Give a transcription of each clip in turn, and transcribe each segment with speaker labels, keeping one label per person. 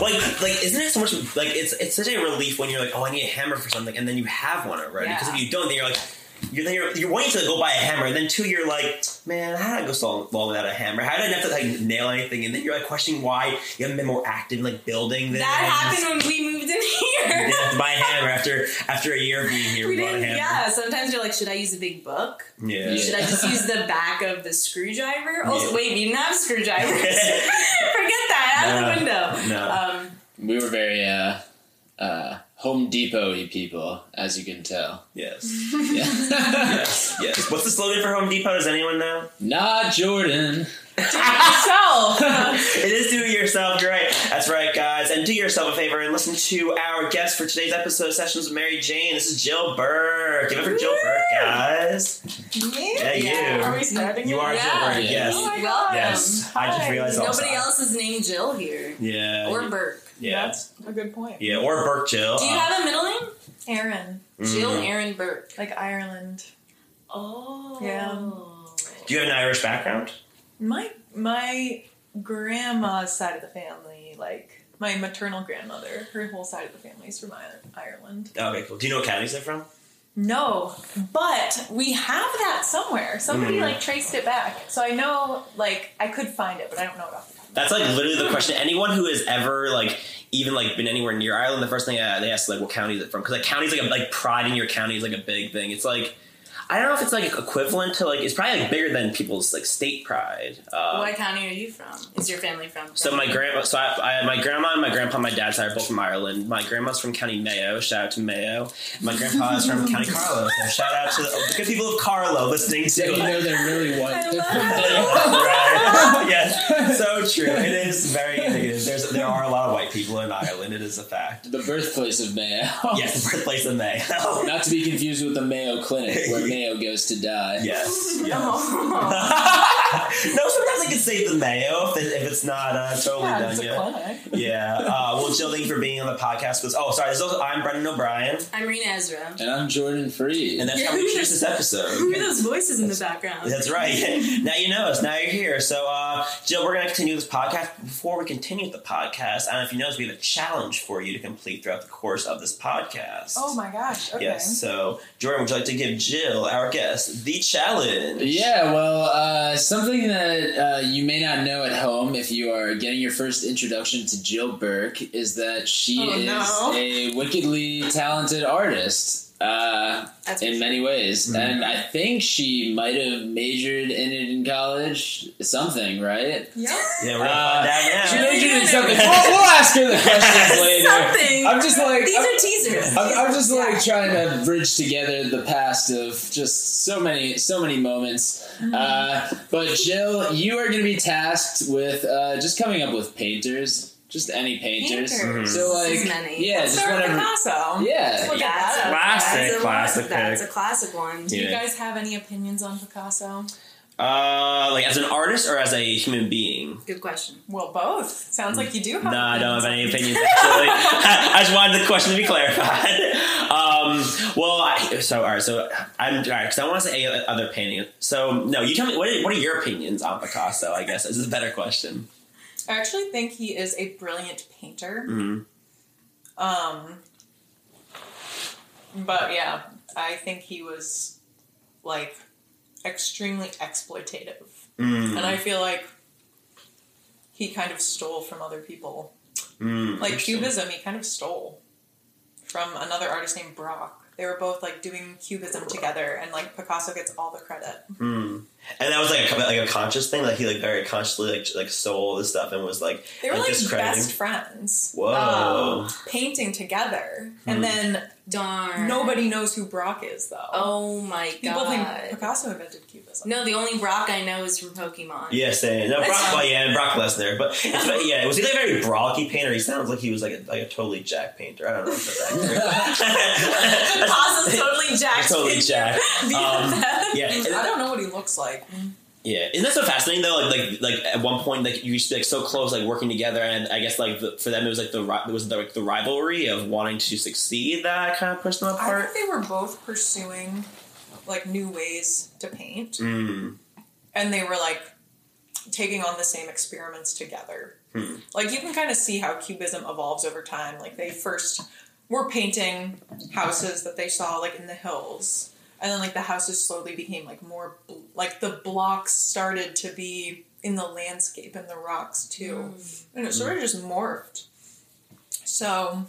Speaker 1: Like, like, isn't it so much? Like, it's it's such a relief when you're like, oh, I need a hammer for something, and then you have one already. Because if
Speaker 2: Yeah.
Speaker 1: you don't, then you're like, you're then you're, you're wanting to go buy a hammer, and then two, you're like, man, how did I go so long without a hammer? How did I not have to like nail anything? And then you're like questioning why you haven't been more active, in, like building. This.
Speaker 2: That happened when we moved in
Speaker 1: You
Speaker 2: here.
Speaker 1: didn't have to buy a hammer after after a year of being here.
Speaker 2: we
Speaker 1: bought a
Speaker 2: didn't.
Speaker 1: hammer.
Speaker 2: Yeah. Sometimes you're like, should I use a big book?
Speaker 1: Yeah.
Speaker 2: Should I just use the back of the screwdriver? Oh,
Speaker 1: Yeah.
Speaker 2: wait, you didn't have screwdrivers. Forget that. Out of the window.
Speaker 1: No.
Speaker 2: Um,
Speaker 3: We were very uh, uh, Home Depot-y people, as you can tell.
Speaker 1: Yes.
Speaker 3: Yeah.
Speaker 1: Yes. Yes. What's the slogan for Home Depot? Does anyone know?
Speaker 3: Not Jordan.
Speaker 2: so,
Speaker 1: It is do it yourself. You're right. That's right, guys. And do yourself a favor and listen to our guest for today's episode, Sessions with Mary Jane. This is Jill Burke. Give it for Jill Burke, guys. Yeah, you.
Speaker 4: Are we starting?
Speaker 1: You
Speaker 4: it?
Speaker 1: are
Speaker 2: Um, Yeah.
Speaker 1: Jill Burke. Yes.
Speaker 3: Oh
Speaker 4: my
Speaker 2: Welcome.
Speaker 4: God.
Speaker 1: Yes. I just
Speaker 4: Hi.
Speaker 1: realized also.
Speaker 2: Um, Nobody else is named Jill here.
Speaker 1: Yeah.
Speaker 2: Or Burke.
Speaker 1: yeah.
Speaker 4: That's a good point.
Speaker 1: Yeah. Or Burke Jill. Uh,
Speaker 2: Do you have a middle name?
Speaker 4: Aaron,
Speaker 1: Mm.
Speaker 2: Jill Aaron Burke.
Speaker 4: like Ireland.
Speaker 2: Oh.
Speaker 1: Do you have an Irish background?
Speaker 4: My my grandma's side of the family, like my maternal grandmother, her whole side of the family is from Ir- Ireland.
Speaker 1: Okay, cool. Do you know what counties they're from?
Speaker 4: No, but we have that somewhere. Somebody
Speaker 1: Mm.
Speaker 4: like traced it back, so I know like I could find it, but I don't know it off the top. of my
Speaker 1: That's like literally the question. Anyone who has ever like even like been anywhere near Ireland, the first thing uh, they ask like, what county is it from? Because like county's like a, like pride in your county is like a big thing. It's like I don't know if it's like equivalent to like it's probably like bigger than people's like state pride. Uh,
Speaker 2: what county are you from? Is your family from?
Speaker 1: so my grandma, so I, I, my grandma and my grandpa, and my dad's side are both from Ireland. My grandma's from County Mayo. Shout out to Mayo. My grandpa is from County Carlow. So shout out to the, the good people of Carlow listening to
Speaker 3: So you
Speaker 1: it.
Speaker 3: know they're really white.
Speaker 4: I
Speaker 3: They're
Speaker 4: love
Speaker 3: from there.
Speaker 4: it.
Speaker 1: Right. yes, so true. It is very. It is. There's, there are a lot of white people in Ireland. It is a fact.
Speaker 3: The birthplace of Mayo.
Speaker 1: Yes, the birthplace of May.
Speaker 3: Not to be confused with the Mayo Clinic, where Mayo goes to die.
Speaker 1: yes. yes.
Speaker 2: Oh.
Speaker 1: no, sometimes I can say the Mayo if, it- if it's not uh, totally
Speaker 4: Yeah, it's
Speaker 1: done
Speaker 4: a
Speaker 1: yet.
Speaker 4: clinic.
Speaker 1: Yeah. Uh, well, Jill, thank you for being on the podcast with us. Oh, sorry. This is also, I'm Brendan O'Brien,
Speaker 2: I'm Rena Ezra.
Speaker 3: And I'm Jordan Free.
Speaker 1: and that's how we introduce this episode.
Speaker 2: Who are those voices in the background?
Speaker 1: That's right. now you know us. Now you're here. So, uh, Jill, we're going to continue this podcast. Before we continue with the podcast, I don't know if you noticed, we have a challenge for you to complete throughout the course of this podcast.
Speaker 4: Oh my gosh! Okay.
Speaker 1: Yes. So, Jordan, would you like to give Jill, our guest, the challenge?
Speaker 3: Yeah, well, uh, something that uh, you may not know at home if you are getting your first introduction to Jill Burke is that she
Speaker 4: Oh,
Speaker 3: is
Speaker 4: no.
Speaker 3: a wickedly talented artist uh,
Speaker 2: That's
Speaker 3: in many ways. And I think she might have majored in it in college, something, right?
Speaker 4: Yeah.
Speaker 1: Yeah, we're gonna
Speaker 3: Uh,
Speaker 1: find out
Speaker 3: She
Speaker 1: now.
Speaker 2: Jill-
Speaker 3: majored in something. We'll, we'll ask her the questions later.
Speaker 2: Something.
Speaker 3: I'm just like.
Speaker 2: These
Speaker 3: I'm-
Speaker 2: are teasers.
Speaker 3: I'm, I'm just like trying to bridge together the past of just so many so many moments. Uh, but Jill, you are going to be tasked with uh, just coming up with painters, just any painters.
Speaker 2: Painters.
Speaker 3: So like,
Speaker 2: As many.
Speaker 3: yeah, just
Speaker 4: Sir
Speaker 3: whatever.
Speaker 4: Picasso.
Speaker 3: Yeah,
Speaker 4: Look at
Speaker 2: That's a
Speaker 4: that.
Speaker 1: Classic,
Speaker 2: that's a-
Speaker 1: classic
Speaker 2: That's a
Speaker 1: pick.
Speaker 2: classic one.
Speaker 4: Do you
Speaker 1: Yeah.
Speaker 4: guys have any opinions on Picasso?
Speaker 1: Uh, like as an artist or as a human being?
Speaker 2: Good question.
Speaker 4: Well, both. Sounds like you do have.
Speaker 1: No, I don't
Speaker 4: opinions
Speaker 1: have
Speaker 4: on
Speaker 1: any opinions. Actually, I just wanted the question to be clarified. Um, well, I, so all right, so I'm all right because I want to say a- other painting. So no, you tell me what are, what are your opinions on Picasso? I guess this is a better question.
Speaker 4: I actually think he is a brilliant painter.
Speaker 1: Mhm.
Speaker 4: Um, but yeah, I think he was like extremely exploitative,
Speaker 1: Mm,
Speaker 4: and I feel like he kind of stole from other people.
Speaker 1: mm,
Speaker 4: Like
Speaker 1: interesting.
Speaker 4: Cubism, he kind of stole from another artist named Brock. They were both like doing Cubism together, and like Picasso gets all the credit.
Speaker 1: Mm. And that was like a, like a conscious thing. Like he like very consciously like like stole this stuff and was like
Speaker 4: They were
Speaker 1: and
Speaker 4: like
Speaker 1: discrediting-
Speaker 4: best friends.
Speaker 1: Whoa.
Speaker 4: um, painting together,
Speaker 1: Hmm.
Speaker 4: and then
Speaker 2: Darn.
Speaker 4: nobody knows who Brock is though.
Speaker 2: Oh my
Speaker 4: people think
Speaker 2: god.
Speaker 4: Picasso invented Cubism.
Speaker 2: No, the only Brock I know is from Pokemon.
Speaker 1: Yeah, same. No,
Speaker 2: That
Speaker 1: Brock,
Speaker 2: sounds-
Speaker 1: well, yeah, and Brock Lesnar. But it's, but yeah, was he like a very brolicky painter? He sounds like he was like a, like a totally Jack painter. I don't know if that's accurate.
Speaker 2: Picasso's totally jacked.
Speaker 1: totally Jack.
Speaker 2: Be the
Speaker 1: Um,
Speaker 2: best.
Speaker 1: Yeah, and
Speaker 4: I
Speaker 1: that-
Speaker 4: don't know what he looks like.
Speaker 1: yeah. Isn't that so fascinating though? Like, like, like at one point, like you used to be like so close, like working together, and I guess like the, for them it was like the ri- it was like the rivalry of wanting to succeed that kind of pushed them
Speaker 4: I
Speaker 1: apart.
Speaker 4: think they were both pursuing like new ways to paint,
Speaker 1: Mm.
Speaker 4: and they were like, taking on the same experiments together.
Speaker 1: Hmm.
Speaker 4: Like you can kind of see how cubism evolves over time. Like they first were painting houses that they saw like in the hills, and then like the houses slowly became like more bl- like the blocks started to be in the landscape and the rocks too, and it sort of just morphed. So,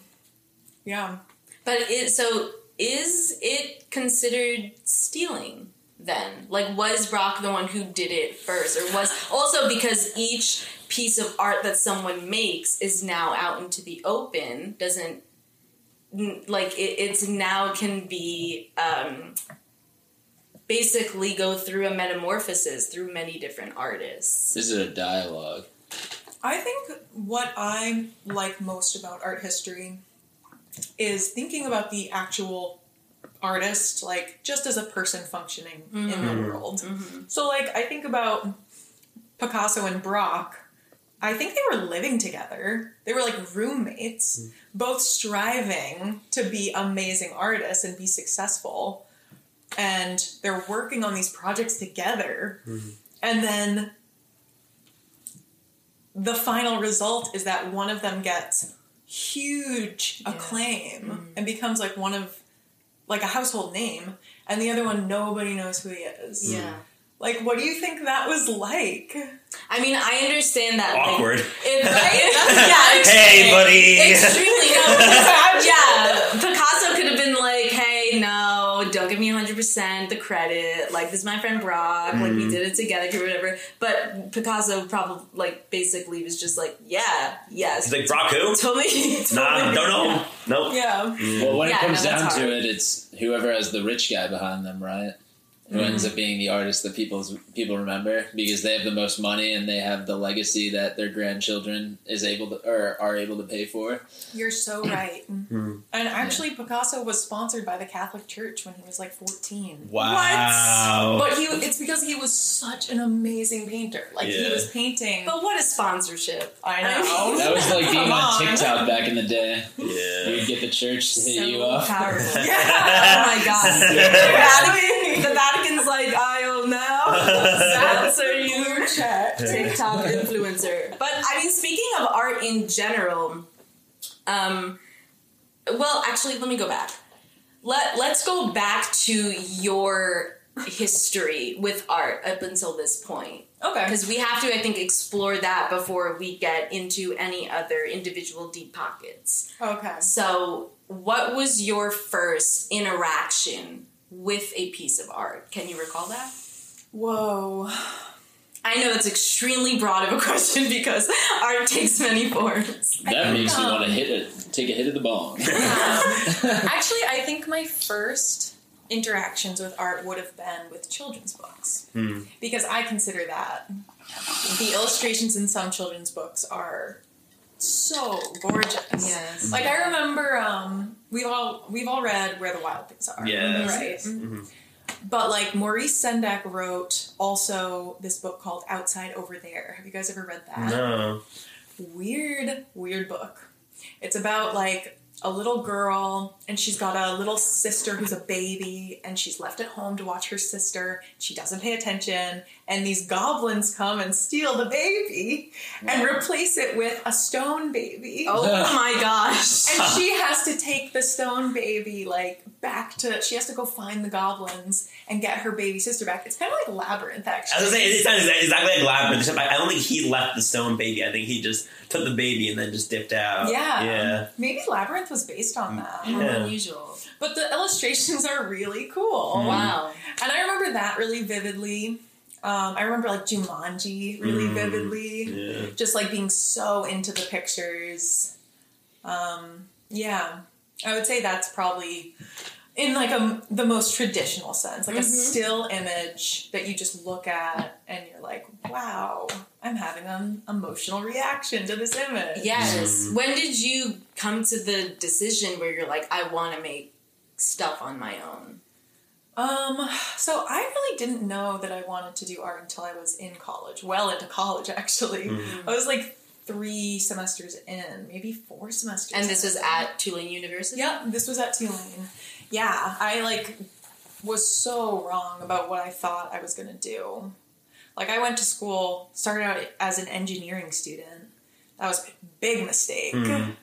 Speaker 4: yeah,
Speaker 2: But it so is it considered stealing then? Like was Brock the one who did it first or was also because each piece of art that someone makes is now out into the open doesn't n- like it, it's now can be um basically go through a metamorphosis through many different artists.
Speaker 3: Is it a dialogue?
Speaker 4: I think what I like most about art history is thinking about the actual artist, like just as a person functioning in the
Speaker 1: Mhm.
Speaker 4: world.
Speaker 2: Mhm.
Speaker 4: So, like, I think about Picasso and Brock. I think they were living together. They were like roommates, both striving to be amazing artists and be successful. And they're working on these projects together. And then the final result is that one of them gets huge
Speaker 2: Yeah. Mm-hmm.
Speaker 4: acclaim and becomes like one of like a household name and the other one nobody knows who he is
Speaker 2: Yeah.
Speaker 4: like what do you think that was like
Speaker 2: I mean, I understand that like,
Speaker 1: Awkward.
Speaker 2: If, yeah,
Speaker 1: Hey, buddy.
Speaker 2: Extremely no. because- yeah, Picasso could have been like, "Hey, no, don't give me hundred percent the credit. Like, this is my friend Brock. Like,
Speaker 1: Mm.
Speaker 2: we did it together, or whatever." But Picasso probably like basically was just like, "Yeah, yes,
Speaker 1: He's like, Brock who?
Speaker 2: totally,
Speaker 1: Nah,
Speaker 2: totally-
Speaker 1: don't know. Nope. Mm.
Speaker 4: yeah
Speaker 3: Well, when
Speaker 2: Yeah,
Speaker 3: it comes
Speaker 2: no, that's hard.
Speaker 3: down to it, it's whoever has the rich guy behind them, right? Who ends
Speaker 2: Mm-hmm.
Speaker 3: up being the artist that people's people remember because they have the most money and they have the legacy that their grandchildren is able to or are able to pay for.
Speaker 4: you're so right
Speaker 3: Hmm.
Speaker 4: and actually picasso was sponsored by the catholic church when he was like 14
Speaker 1: Wow.
Speaker 3: Oh.
Speaker 4: but he it's because he was such an amazing painter like he
Speaker 1: Yeah.
Speaker 4: was painting
Speaker 2: But what a sponsorship! Oh, I
Speaker 4: i know
Speaker 2: mean-
Speaker 3: That was like being
Speaker 4: Come
Speaker 3: on
Speaker 4: on.
Speaker 3: TikTok back in the day.
Speaker 1: Yeah.
Speaker 3: You'd get the church to hit
Speaker 2: so
Speaker 3: you up.
Speaker 2: powerful.
Speaker 4: Yeah.
Speaker 2: Oh my god. The
Speaker 1: Yeah.
Speaker 2: Vatican- the Vatican's like, I own now. Sponsor you.
Speaker 4: blue check
Speaker 2: TikTok influencer. But I mean, speaking of art in general, um, well, actually, let me go back. Let Let's go back to your history with art up until this point,
Speaker 4: okay
Speaker 2: because we have to, I think, explore that before we get into any other individual deep pockets.
Speaker 4: okay
Speaker 2: So, what was your first interaction with a piece of art? Can you recall that?
Speaker 4: whoa
Speaker 2: I know it's extremely broad of a question because art takes many forms.
Speaker 3: That makes me
Speaker 4: um,
Speaker 3: want to hit it, take a hit of the bong.
Speaker 4: Actually, I think my first interactions with art would have been with children's books
Speaker 1: Hmm.
Speaker 4: because I consider that the illustrations in some children's books are so gorgeous.
Speaker 2: Yes.
Speaker 4: Like I remember, um, we've all we've all read Where the Wild Things Are,
Speaker 1: Yes.
Speaker 4: right?
Speaker 2: Mm-hmm.
Speaker 1: Mhm.
Speaker 4: But like Maurice Sendak wrote also this book called Outside Over There. Have you guys ever read that?
Speaker 1: No.
Speaker 4: weird, weird book. It's about like a little girl and she's got a little sister who's a baby and she's left at home to watch her sister. She doesn't pay attention and these goblins come and steal the baby and replace it with a stone baby.
Speaker 2: Oh my gosh.
Speaker 4: And she has to take the stone baby like back to she has to go find the goblins and get her baby sister back. It's kind of like labyrinth
Speaker 1: I
Speaker 4: actually.
Speaker 1: was gonna say it's not exactly, exactly like Labyrinth. except I I don't think he left the stone baby. I think he just took the baby and then just dipped out.
Speaker 4: Yeah.
Speaker 1: Yeah.
Speaker 4: Maybe labyrinth was based on that.
Speaker 2: How
Speaker 1: Yeah.
Speaker 2: unusual.
Speaker 4: But the illustrations are really cool.
Speaker 1: Mm-hmm.
Speaker 2: Wow.
Speaker 4: And I remember that really vividly. Um, I remember like Jumanji really
Speaker 1: Mm.
Speaker 4: vividly.
Speaker 1: Yeah.
Speaker 4: Just like being so into the pictures. Um, yeah, I would say that's probably in like a the most traditional sense, like a
Speaker 2: Mhm.
Speaker 4: still image that you just look at and you're like, wow, I'm having an emotional reaction to this image.
Speaker 2: Yes.
Speaker 1: Mm.
Speaker 2: When did you come to the decision where you're like, I want to make stuff on my own?
Speaker 4: Um, so I really didn't know that I wanted to do art until I was in college, well into college actually.
Speaker 1: Mhm.
Speaker 4: I was like three semesters in, maybe four semesters.
Speaker 2: And this
Speaker 4: in.
Speaker 2: was at Tulane University?
Speaker 4: Yep, this was at Tulane. Yeah, I like was so wrong about what I thought I was gonna do. Like I went to school, started out as an engineering student. That was a big mistake.
Speaker 1: Mhm.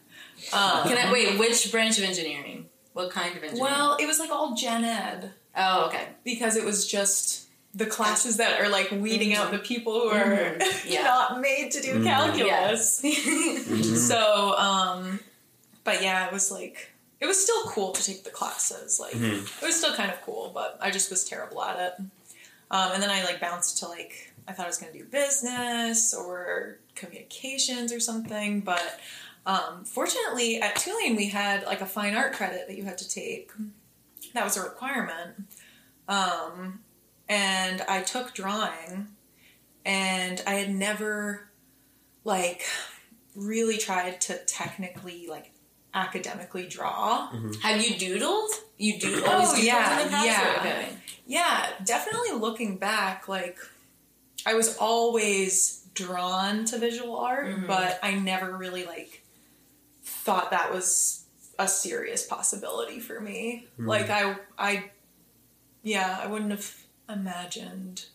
Speaker 4: Um,
Speaker 2: Can I wait? Which branch of engineering? What kind of engineering?
Speaker 4: well, it was like all gen ed
Speaker 2: oh, okay.
Speaker 4: because it was just the classes that are like weeding out the people who are
Speaker 2: Mhm. Yeah.
Speaker 4: not made to do
Speaker 1: Mhm.
Speaker 4: calculus.
Speaker 1: Mhm.
Speaker 4: So, um, but yeah, it was like it was still cool to take the classes. Like
Speaker 1: Mhm.
Speaker 4: it was still kind of cool, but I just was terrible at it. Um, and then I like bounced to like I thought I was going to do business or communications or something, but um, fortunately at Tulane we had like a fine art credit that you had to take. That was a requirement. Um, and I took drawing, and I had never like really tried to technically like academically draw.
Speaker 2: Have you doodled? You do
Speaker 1: Oh,
Speaker 2: always doodled
Speaker 4: yeah,
Speaker 2: in the past?
Speaker 4: yeah.
Speaker 2: Okay.
Speaker 4: Yeah, definitely looking back, like I was always drawn to visual art,
Speaker 1: Mm-hmm.
Speaker 2: Mhm.
Speaker 4: but I never really like thought that was a serious possibility for me.
Speaker 1: Mhm.
Speaker 4: Like I I yeah, I wouldn't have imagined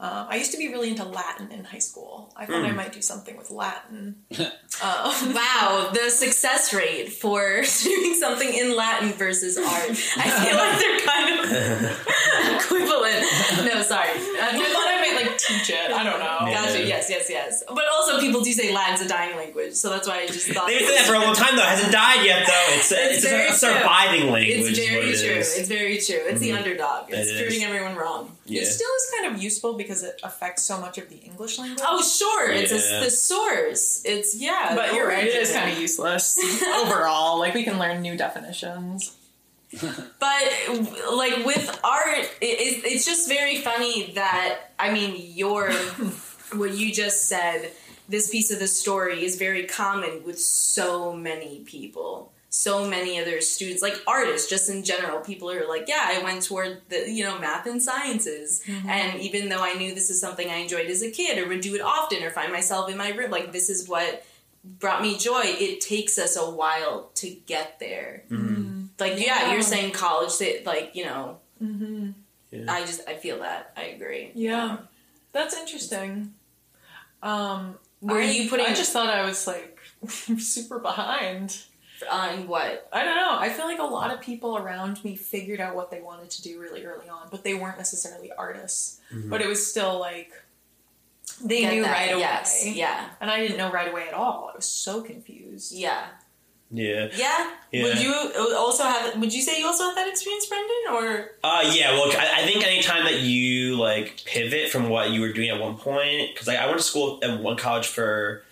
Speaker 4: um, I used to be really into Latin in high school. I thought I
Speaker 1: Mm.
Speaker 4: might do something with Latin. um,
Speaker 2: Wow, the success rate for doing something in Latin versus art. I feel like they're kind of equivalent. No, sorry. Uh,
Speaker 4: I thought I might like teach it. I don't know.
Speaker 2: Gotcha.
Speaker 1: Yeah.
Speaker 2: Yes, yes, yes. But also, people do say Latin's a dying language, so that's why I just thought.
Speaker 1: They've been saying that for a long time though. It hasn't died yet though. It's
Speaker 2: It's
Speaker 1: it's,
Speaker 2: very
Speaker 1: a,
Speaker 2: true.
Speaker 1: surviving language.
Speaker 2: It's
Speaker 1: is
Speaker 2: very
Speaker 1: what it
Speaker 2: true.
Speaker 1: is. Mm-hmm.
Speaker 2: It's very true. It's the underdog. It's
Speaker 1: It is.
Speaker 2: proving everyone wrong.
Speaker 1: yeah.
Speaker 4: It still is kind of useful because it affects so much of the English language.
Speaker 2: Oh, sure. It's
Speaker 1: Yeah.
Speaker 2: a thesaurus. It's yeah.
Speaker 4: but
Speaker 2: the
Speaker 4: you're right, it is
Speaker 2: origin.
Speaker 4: kind of useless overall. Like we can learn new definitions.
Speaker 2: But like with art, it, it, it's just very funny that I mean, your what you just said. This piece of the story is very common with so many people, so many other students, like artists, just in general. People are like, yeah, I went toward the you know math and sciences, and even though I knew this is something I enjoyed as a kid, or would do it often, or find myself in my room, like this is what brought me joy. It takes us a while to get there
Speaker 1: Hmm.
Speaker 4: Mm-hmm.
Speaker 2: like yeah,
Speaker 4: Yeah.
Speaker 2: you're saying college that like you know
Speaker 4: Mm-hmm.
Speaker 1: Yeah.
Speaker 2: i just i feel that i agree
Speaker 4: Yeah, that's interesting. Um,
Speaker 2: Were
Speaker 4: I-
Speaker 2: you putting-
Speaker 4: I just thought I was like super behind.
Speaker 2: on what
Speaker 4: I don't know. I feel like a lot of people around me figured out what they wanted to do really early on, but they weren't necessarily artists.
Speaker 1: Mhm.
Speaker 4: But it was still like they
Speaker 2: Get
Speaker 4: knew
Speaker 2: that,
Speaker 4: right away.
Speaker 2: yes yeah
Speaker 4: And I didn't know right away at all. I was so confused.
Speaker 2: yeah
Speaker 1: yeah.
Speaker 2: yeah
Speaker 1: Yeah.
Speaker 2: would you also have would you say you also had that experience brendan or
Speaker 1: Uh, yeah, well, I, I think anytime that you like pivot from what you were doing at one point, because like, I went to school at one college for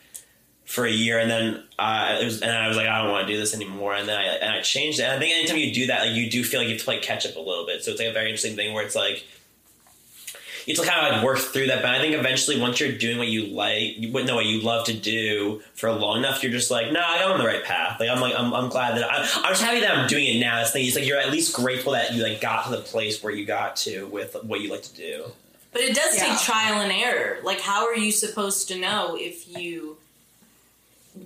Speaker 1: for a year, and then uh, it was, and I was like, I don't want to do this anymore, and then I and I changed it. And I think anytime you do that, like you do feel like you have to like catch up a little bit. So it's like a very interesting thing where it's like you have to kind of like work through that. But I think eventually, once you're doing what you like, you wouldn't know what you love to do for long enough, you're just like, no, nah, I'm on the right path. Like I'm like I'm, I'm glad that I, I'm just happy that I'm doing it now. It's thing. It's like you're at least grateful that you like got to the place where you got to with what you like to do.
Speaker 2: but it does
Speaker 4: Yeah.
Speaker 2: take trial and error like how are you supposed to know if you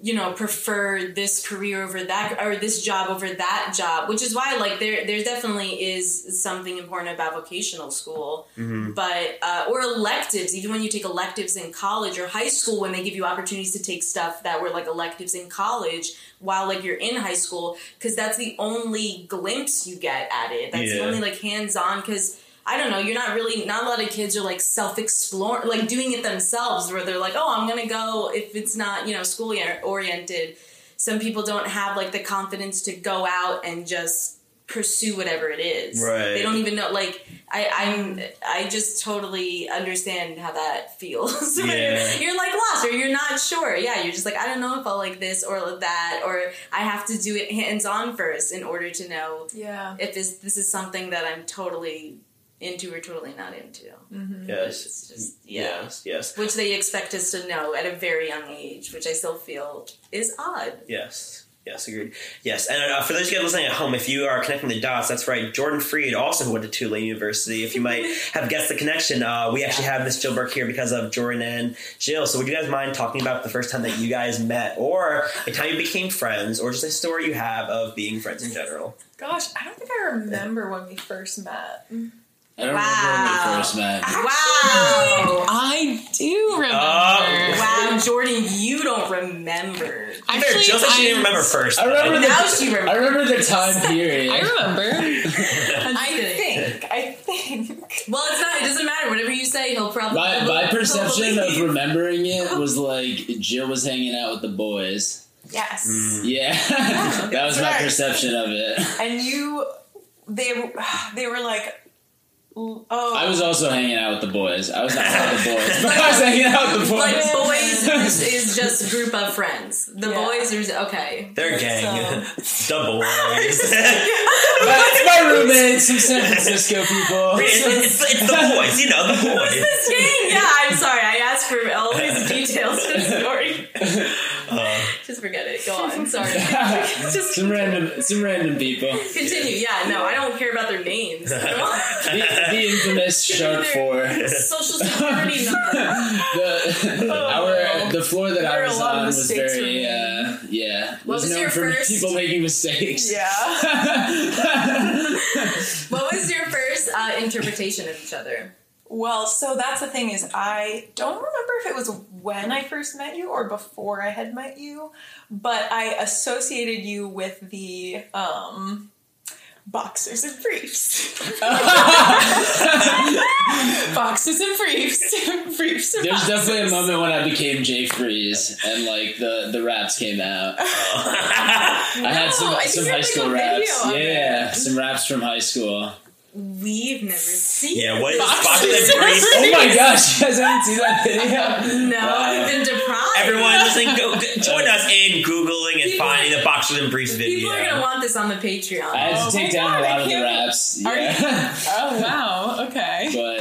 Speaker 2: you know prefer this career over that or this job over that job which is why like there there definitely is something important about vocational school
Speaker 1: Mm-hmm.
Speaker 2: but uh, or electives even when you take electives in college or high school when they give you opportunities to take stuff that were like electives in college while like you're in high school because that's the only glimpse you get at it that's the
Speaker 1: Yeah.
Speaker 2: only like hands-on because i don't know you're not really not a lot of kids are like self-explore like doing it themselves where they're like oh i'm gonna go if it's not you know school year- oriented some people don't have like the confidence to go out and just pursue whatever it is
Speaker 1: Right.
Speaker 2: they don't even know like I, I'm I just totally understand how that feels. When
Speaker 1: Yeah.
Speaker 2: you're, you're like lost or you're not sure. Yeah, you're just like I don't know if I'll like this or that or I have to do it hands on first in order to know
Speaker 4: Yeah.
Speaker 2: if this this is something that I'm totally into or totally not into.
Speaker 4: Mm-hmm.
Speaker 1: Yes.
Speaker 2: It's just yeah.
Speaker 1: Yes. Yes.
Speaker 2: Which they expect us to know at a very young age, which I still feel is odd.
Speaker 1: Yes. Yes, agreed. Yes, and uh, for those of you guys listening at home, if you are connecting the dots, that's right. Jordan Freed also who went to Tulane University. If you might have guessed the connection, uh, we actually have Miss Jill Burke here because of Jordan and Jill. So, would you guys mind talking about the first time that you guys met, or the time you became friends, or just a story you have of being friends in general?
Speaker 4: Gosh, I don't think I remember when we first met.
Speaker 3: I don't
Speaker 2: Wow.
Speaker 3: remember when we first met.
Speaker 2: Wow.
Speaker 1: Uh, remember. Jill said she didn't
Speaker 5: I'm-
Speaker 1: remember first.
Speaker 3: I remember
Speaker 2: Now
Speaker 3: the,
Speaker 2: she remembers.
Speaker 3: I remember the time
Speaker 5: I
Speaker 3: period.
Speaker 5: remember.
Speaker 2: I think.
Speaker 4: I think.
Speaker 2: Well, it's not. It doesn't matter. Whatever you say, he'll probably.
Speaker 3: My, my
Speaker 2: he'll
Speaker 3: perception of
Speaker 2: believe.
Speaker 3: remembering it was like Jill was hanging out with the boys.
Speaker 4: Yes.
Speaker 3: Yeah, that was my
Speaker 4: Right.
Speaker 3: perception of it.
Speaker 4: And you, they, they were like, oh,
Speaker 3: I was also hanging out with the boys. I was not with the boys, but I was hanging out with the
Speaker 2: Like
Speaker 3: boys.
Speaker 2: boys is, is just a group of friends. The
Speaker 4: Yeah.
Speaker 2: boys are okay.
Speaker 1: They're gang. the boys.
Speaker 3: That's my roommates, some San Francisco people.
Speaker 1: it's, it's the boys, you know, the boys.
Speaker 2: This gang, yeah. I'm sorry. I asked for all these details for the story.
Speaker 1: Uh,
Speaker 2: Just forget it. Go on. Sorry. Just
Speaker 3: some random, some random people.
Speaker 2: continue. Yeah. No, I don't care about their names.
Speaker 3: The, the infamous Shark Four.
Speaker 2: Social security number.
Speaker 3: the our the floor that
Speaker 4: There
Speaker 3: I
Speaker 4: were a
Speaker 3: was
Speaker 4: lot of
Speaker 3: on was
Speaker 4: mistakes were
Speaker 3: very
Speaker 4: made.
Speaker 3: uh, yeah.
Speaker 2: What was
Speaker 3: known
Speaker 2: your
Speaker 3: for
Speaker 2: first-
Speaker 3: people making mistakes?
Speaker 4: yeah.
Speaker 2: What was your first uh, interpretation of each other?
Speaker 4: Well, so that's the thing is I don't remember if it was when I first met you or before I had met you, but I associated you with the um boxers and briefs. boxers and briefs. briefs and
Speaker 3: There's
Speaker 4: boxers.
Speaker 3: definitely a moment when I became Jay Freeze and like the the raps came out.
Speaker 1: uh,
Speaker 3: I had some
Speaker 4: No, I
Speaker 3: some
Speaker 4: think
Speaker 3: high
Speaker 4: there's,
Speaker 3: school
Speaker 4: like, a
Speaker 3: raps.
Speaker 4: video of
Speaker 3: Yeah, some raps from high school.
Speaker 2: We've never seen.
Speaker 1: yeah, what is boxes and briefs?
Speaker 3: Oh my gosh, you guys haven't seen that video?
Speaker 2: No,
Speaker 3: Wow.
Speaker 2: we've been deprived.
Speaker 1: Everyone listening, go, go, join us in Googling and
Speaker 2: People-
Speaker 1: finding the boxes and briefs video.
Speaker 2: People are gonna want this on the Patreon.
Speaker 3: I had
Speaker 4: Oh
Speaker 3: to take
Speaker 4: my
Speaker 3: down
Speaker 4: God,
Speaker 3: a lot
Speaker 4: I
Speaker 3: of the
Speaker 4: can't-
Speaker 3: raps.
Speaker 4: Are you-
Speaker 3: Yeah.
Speaker 5: Oh wow. Okay.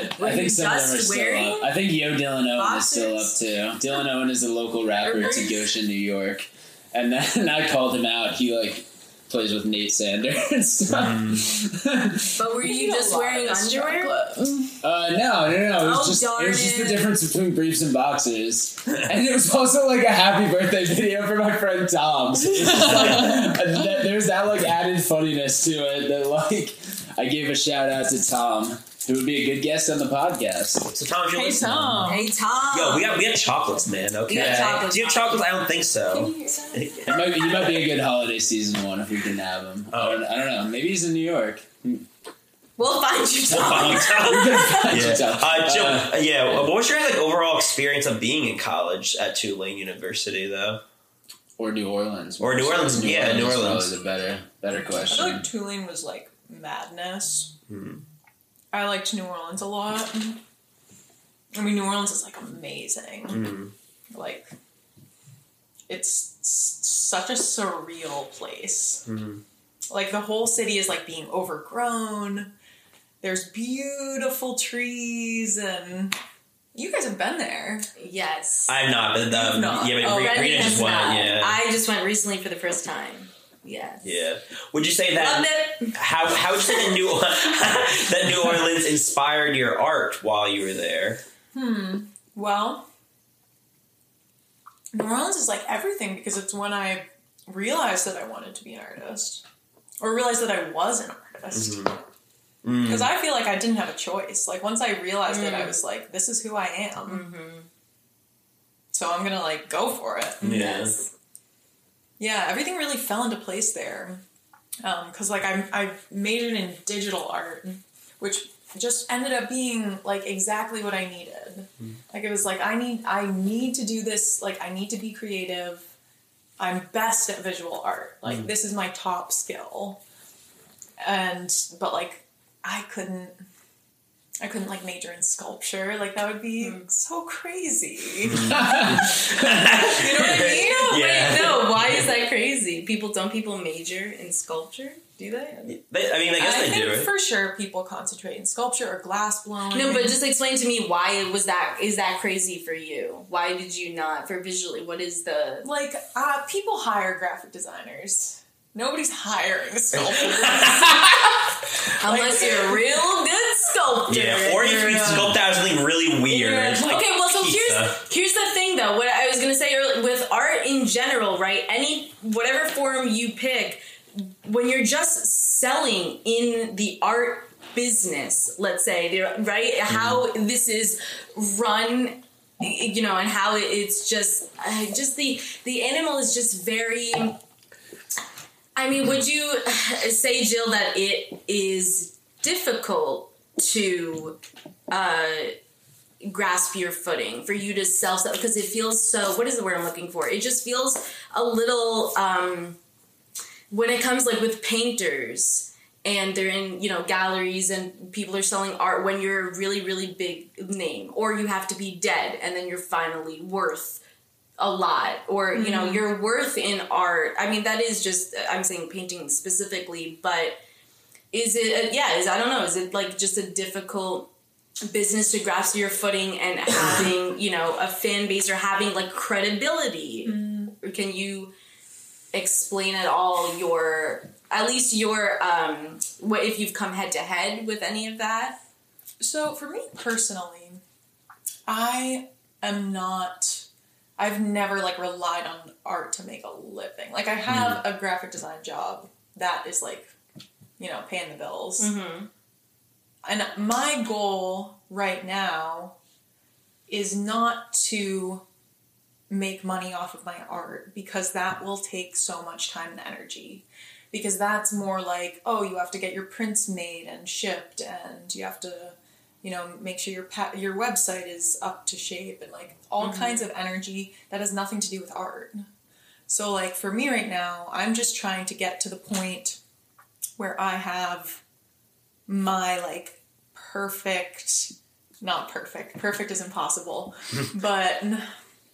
Speaker 3: But
Speaker 2: Were
Speaker 3: I
Speaker 2: you
Speaker 3: think some of them are
Speaker 2: just
Speaker 3: still
Speaker 2: wearing
Speaker 3: up. I think Yo Dylan Owen is
Speaker 2: boxers?
Speaker 3: still up too. Dylan Owen is a local rapper to
Speaker 2: Remember?
Speaker 3: Goshen, New York, and then I called him out. He like plays with Nate Sanders.
Speaker 2: Mm.
Speaker 1: Mm.
Speaker 2: but were you
Speaker 4: Eat a
Speaker 2: just
Speaker 4: lot
Speaker 2: wearing
Speaker 4: of this
Speaker 2: underwear?
Speaker 5: chocolate.
Speaker 3: uh, no, no, no. It was
Speaker 2: Oh,
Speaker 3: just it was just the
Speaker 2: darn it.
Speaker 3: difference between briefs and boxers, and it was also like a happy birthday video for my friend Tom. So it's just, like, and that- there's that like added funniness to it that like I gave a shout out to Tom, who would be a good guest on the podcast.
Speaker 1: So, Tom, if you're
Speaker 5: Hey
Speaker 1: listening-
Speaker 5: Tom.
Speaker 2: Hey Tom.
Speaker 1: Yo, we have, we have chocolates, man, okay?
Speaker 2: got chocolates.
Speaker 1: Do you have chocolates? I don't think so.
Speaker 3: He might, be, he might be a good holiday season one if we can have him.
Speaker 1: Oh.
Speaker 3: I, don't, I don't know. Maybe he's in New York.
Speaker 2: We'll find you,
Speaker 1: We'll
Speaker 2: Tom.
Speaker 1: find out.
Speaker 3: Yeah.
Speaker 1: yeah. Uh, Jill,
Speaker 3: Uh,
Speaker 1: uh, yeah. What was your like overall experience of being in college at Tulane University, though?
Speaker 3: Or New Orleans.
Speaker 1: Or New Orleans, yeah, New
Speaker 3: is
Speaker 1: Orleans.
Speaker 3: probably the better, better
Speaker 4: I feel like
Speaker 3: question.
Speaker 4: Tulane was like madness.
Speaker 1: Hmm.
Speaker 4: I liked New Orleans a lot. I mean, New Orleans is like amazing.
Speaker 1: Mm.
Speaker 4: like it's s- such a surreal place
Speaker 1: Mhm.
Speaker 4: like the whole city is like being overgrown there's beautiful trees and you guys have been there
Speaker 2: Yes.
Speaker 1: I've not, but the,
Speaker 4: You've not.
Speaker 1: yeah, but
Speaker 2: oh,
Speaker 1: Re-
Speaker 2: Rennie
Speaker 1: Rena
Speaker 2: has
Speaker 1: just went.
Speaker 2: not.
Speaker 1: Yeah,
Speaker 2: I just went recently for the first time. Yes.
Speaker 1: yeah. Would you say that?
Speaker 2: Love it.
Speaker 1: How how would you say that New that New Orleans inspired your art while you were there?
Speaker 4: hmm well new orleans is like everything because it's when i realized that i wanted to be an artist or realized that i was an artist
Speaker 1: Mm.
Speaker 4: because I feel like I didn't have a choice. Like once I realized it, I was like, "This is who I am."
Speaker 2: Mm. Mm-hmm.
Speaker 4: So I'm gonna like go for it.
Speaker 1: Yeah.
Speaker 2: Yes.
Speaker 4: Yeah, everything really fell into place there. Because like I I majored in digital art, which just ended up being like exactly what I needed. Like it was like I need I need to do this. Like I need to be creative. I'm best at visual art. Like this is my top skill. And but like I couldn't. I couldn't like major in sculpture. Like that would be so crazy.
Speaker 2: You know what I mean?
Speaker 1: Yeah.
Speaker 2: Wait, no. Why is that crazy? People don't people major in sculpture? Do they?
Speaker 1: They- I mean, I guess
Speaker 4: I
Speaker 1: they
Speaker 4: think
Speaker 1: do. Right?
Speaker 4: for sure people concentrate in sculpture or glass blowing.
Speaker 2: No, but just explain to me why it was that is that crazy for you? Why did you not for visually? What is the
Speaker 4: like uh, people hire graphic designers. Nobody's hiring sculptors.
Speaker 2: unless you're a real good sculptor?
Speaker 1: yeah, or you can
Speaker 2: you're a-
Speaker 1: sculpt out something really weird. like
Speaker 2: okay, well, so
Speaker 1: pizza.
Speaker 2: here's here's the thing, though. What I was gonna say earlier, with art in general, right? Any whatever form you pick, when you're just selling in the art business, let's say, right? How this is run you know, and how it, it's just, uh, just the the animal is just very. I mean, would you say, Jill, that it is difficult to uh, grasp your footing for you to self because it feels so? What is the word I'm looking for? It just feels a little. Um, when it comes like with painters and they're in you know galleries and people are selling art when you're a really really big name or you have to be dead and then you're finally worth a lot or you know your worth in art i mean that is just i'm saying painting specifically but is it yeah is i don't know is it like just a difficult business to grasp your footing and having you know a fan base or having like credibility Or can you explain at all your at least your um what if you've come head to head with any of that
Speaker 4: So for me personally, I am not. I've never like relied on art to make a living. Like I have
Speaker 1: Hmm.
Speaker 4: a graphic design job that is like, you know, paying the bills.
Speaker 2: mm-hmm.
Speaker 4: And my goal right now is not to make money off of my art because that will take so much time and energy. Because that's more like, oh, you have to get your prints made and shipped, and you have to, you know, make sure your pa- your website is up to shape and like all kinds of energy that has nothing to do with art. So like for me right now, I'm just trying to get to the point where I have my like perfect not perfect perfect is impossible but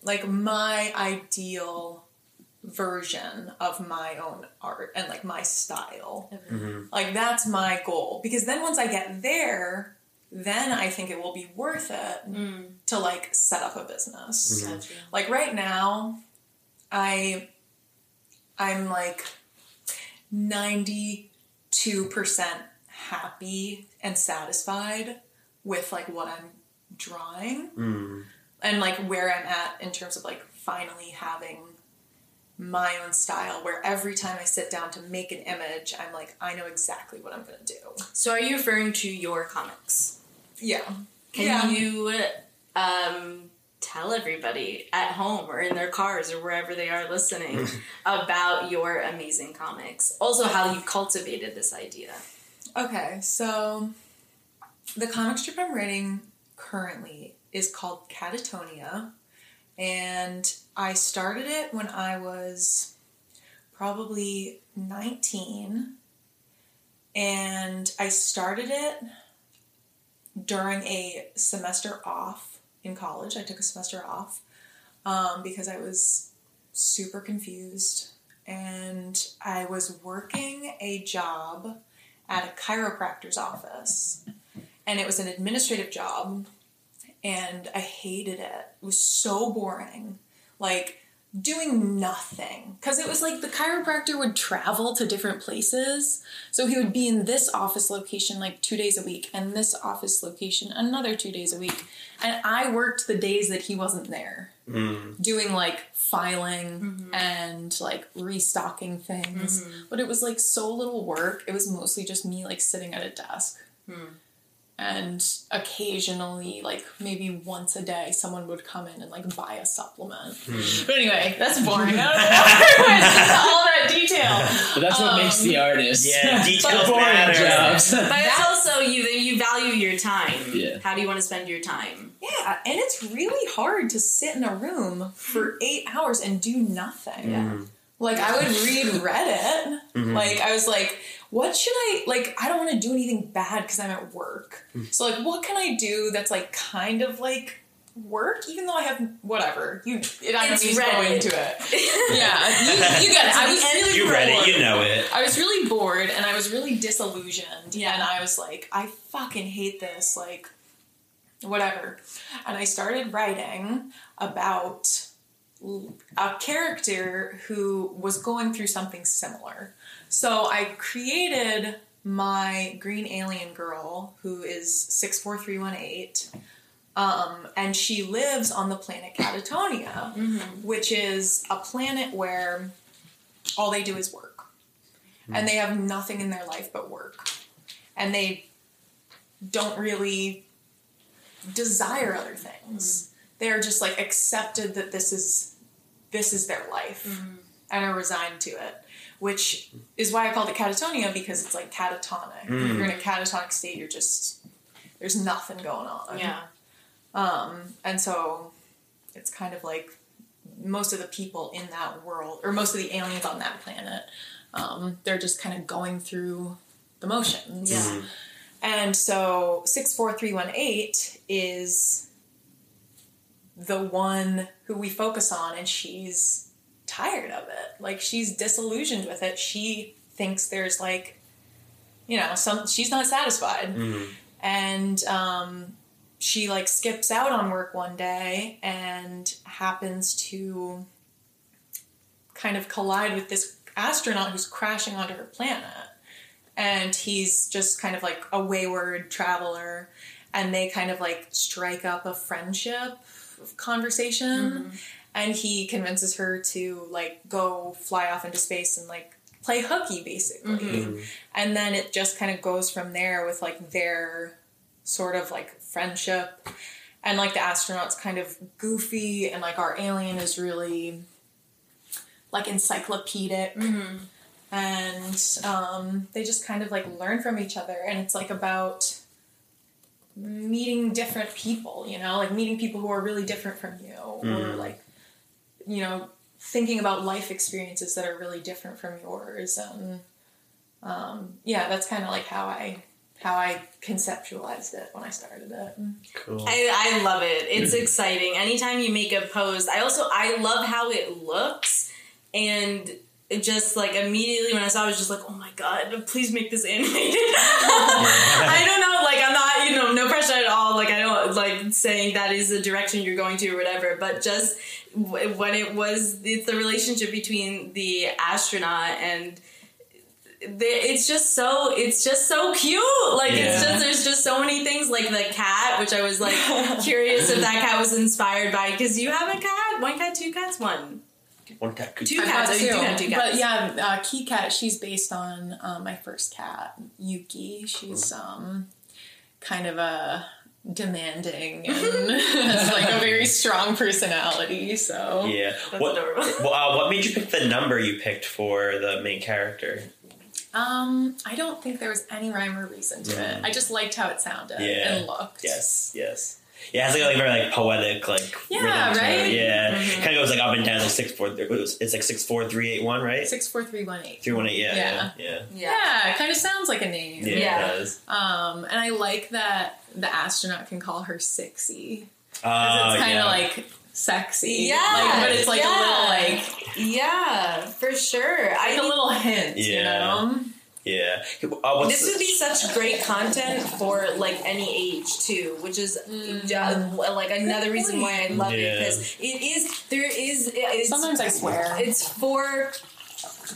Speaker 4: like my ideal version of my own art and like my style like that's my goal because then once i get there then i think it will be worth it to like set up a business like right now i i'm like 92% happy and satisfied with like what i'm drawing
Speaker 1: Mm.
Speaker 4: and like where i'm at in terms of like finally having my own style where every time i sit down to make an image i'm like i know exactly what i'm gonna do
Speaker 2: so are you referring to your comics
Speaker 4: yeah
Speaker 2: can
Speaker 4: yeah
Speaker 2: you um tell everybody at home or in their cars or wherever they are listening about your amazing comics also how you cultivated this idea
Speaker 4: Okay, so the comic strip I'm writing currently is called Catatonia, and I started it when I was probably 19, and I started it during a semester off in college. I took a semester off um, because I was super confused, and I was working a job at a chiropractor's office. And it was an administrative job, and I hated it. It was so boring. Like, doing nothing. Because it was like the chiropractor would travel to different places. So he would be in this office location like two days a week, and this office location another two days a week. And I worked the days that he wasn't there,
Speaker 1: Mm.
Speaker 4: doing like filing and like restocking things. But it was like so little work. It was mostly just me like sitting at a desk. And occasionally, like maybe once a day, someone would come in and like buy a supplement. But anyway, that's boring. I don't know why I went into all that detail.
Speaker 3: But that's what makes the artist.
Speaker 1: Um, Yeah, details
Speaker 3: boring
Speaker 1: matter.
Speaker 3: jobs.
Speaker 2: but it's also you you value your time
Speaker 3: Yeah.
Speaker 2: how do you want to spend your time
Speaker 4: Yeah, and it's really hard to sit in a room for eight hours and do nothing. Like I would read Reddit.
Speaker 1: Mm-hmm.
Speaker 4: Like I was like, what should I like I don't want to do anything bad because I'm at work. So like what can I do that's like kind of like work even though I have whatever. You it, I
Speaker 2: It's
Speaker 4: don't need to go
Speaker 2: Reddit.
Speaker 4: into it.
Speaker 6: Yeah,
Speaker 4: You, you get it. I was really
Speaker 1: You read it,
Speaker 4: bored.
Speaker 1: you know it.
Speaker 4: I was really bored and I was really disillusioned.
Speaker 2: Yeah.
Speaker 4: And I was like, I fucking hate this. Like, whatever. And I started writing about l- a character who was going through something similar. So I created my green alien girl, who is 64318. Um, and she lives on the planet Catatonia, which is a planet where all they do is work and they have nothing in their life but work and they don't really desire other things they're just like accepted that this is this is their life and are resigned to it which is why i called it catatonia because it's like catatonic if you're in a catatonic state you're just there's nothing going on
Speaker 2: Yeah.
Speaker 4: um, and so it's kind of like most of the people in that world, or most of the aliens on that planet, um, they're just kind of going through the motions.
Speaker 2: Yeah.
Speaker 4: And so 64318 is the one who we focus on, and she's tired of it. Like, she's disillusioned with it. She thinks there's like, you know, some, she's not satisfied and um, she like skips out on work one day and happens to kind of collide with this astronaut who's crashing onto her planet and he's just kind of like a wayward traveler and they kind of like strike up a friendship conversation and he convinces her to like go fly off into space and like play hooky basically and then it just kind of goes from there with like their sort of like friendship and like the astronaut's kind of goofy and like our alien is really like encyclopedic and um, they just kind of like learn from each other and it's like about meeting different people you know like meeting people who are really different from you or like you know thinking about life experiences that are really different from yours and um, yeah that's kind of like how i how i conceptualized it when i started it
Speaker 1: Cool.
Speaker 2: I, I love it. It's exciting. Anytime you make a post, I also I love how it looks and it just like immediately when I saw it, I was just like, oh my god, please make this animated. I don't know, like I'm not, you know, no pressure at all. Like I don't like saying that is the direction you're going to or whatever, but just w- when it was, it's the relationship between the astronaut and the- it's just so it's just so cute like it's
Speaker 3: Yeah.
Speaker 2: just there's just so many things like the cat which i was like curious if that cat was inspired by because you have a cat one cat two cats one
Speaker 1: One cat.
Speaker 2: two
Speaker 4: I've
Speaker 2: cats
Speaker 4: got
Speaker 2: oh you do
Speaker 4: two.
Speaker 2: have two cats
Speaker 4: But yeah, uh, Key Cat, she's based on um, my first cat, Yuki. She's um, kind of a demanding and has like a very strong personality. So
Speaker 1: Yeah.
Speaker 2: That's
Speaker 1: What?
Speaker 2: adorable.
Speaker 1: Well, uh, what made you pick the number you picked for the main character?
Speaker 4: um, I don't think there was any rhyme or reason to it. I just liked how it sounded
Speaker 1: Yeah.
Speaker 4: and looked.
Speaker 1: Yes. Yes. Yeah, it's like, like very like poetic, like
Speaker 4: Yeah,
Speaker 1: rhythm to it.
Speaker 4: right?
Speaker 1: Yeah, kind of goes like up and down, like six four. It was, it's like six four three eight one, right?
Speaker 4: Six four three one eight.
Speaker 1: Three one eight. Yeah,
Speaker 4: Yeah.
Speaker 1: yeah,
Speaker 4: Yeah, it kind of sounds like a name.
Speaker 1: yeah. yeah,
Speaker 2: Yeah.
Speaker 1: It does.
Speaker 4: Um, and I like that the astronaut can call her sixy.
Speaker 1: Uh,
Speaker 4: it's kind
Speaker 1: yeah.
Speaker 4: of like sexy.
Speaker 2: Yeah,
Speaker 4: Like, but it's like
Speaker 2: yeah.
Speaker 4: a little like
Speaker 2: yeah for sure i
Speaker 4: like a little hint, you
Speaker 1: Yeah.
Speaker 4: know?
Speaker 1: yeah. Uh, what's
Speaker 2: this would be such great content for like any age too, which is
Speaker 4: Mm.
Speaker 2: uh, like another reason why I love it
Speaker 1: Yeah.
Speaker 2: because it is there is it- it's
Speaker 4: Sometimes I swear.
Speaker 2: it's for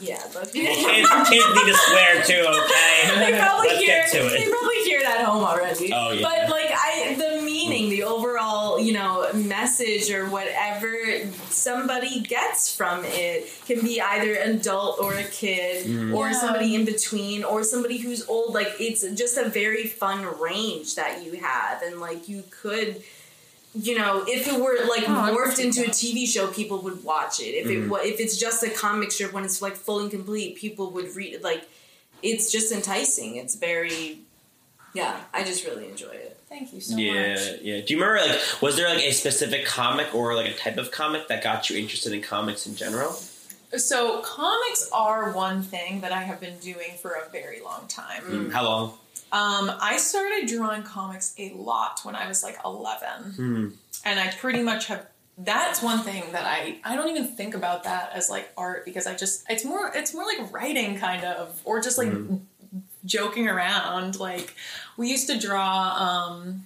Speaker 2: yeah but
Speaker 1: kids, kids need to swear too. Okay.
Speaker 2: they probably
Speaker 1: Let's
Speaker 2: hear
Speaker 1: get to it.
Speaker 2: they probably hear it at home already.
Speaker 1: Oh, yeah.
Speaker 2: But like I the meaning, the overall, you know, message or whatever somebody gets from it can be either an adult or a kid
Speaker 1: Mm.
Speaker 2: or
Speaker 4: Yeah.
Speaker 2: somebody in between or somebody who's old. Like it's just a very fun range that you have and like you could you know, if it were like
Speaker 4: Oh, I
Speaker 2: morphed
Speaker 4: appreciate
Speaker 2: into a
Speaker 4: that.
Speaker 2: TV show, people would watch it. If
Speaker 1: Mm-hmm.
Speaker 2: it wa if it's just a comic strip when it's like full and complete, people would read it. Like, it's just enticing. It's very, yeah. I just really enjoy it.
Speaker 4: Thank you so
Speaker 1: yeah,
Speaker 4: much.
Speaker 1: yeah. Do you remember like was there like a specific comic or like a type of comic that got you interested in comics in general?
Speaker 4: So comics are one thing that I have been doing for a very long time.
Speaker 1: How long?
Speaker 4: Um, I started drawing comics a lot when I was like 11. And I pretty much have that's one thing that I I don't even think about that as like art because I just it's more it's more like writing kind of or just like joking around like we used to draw um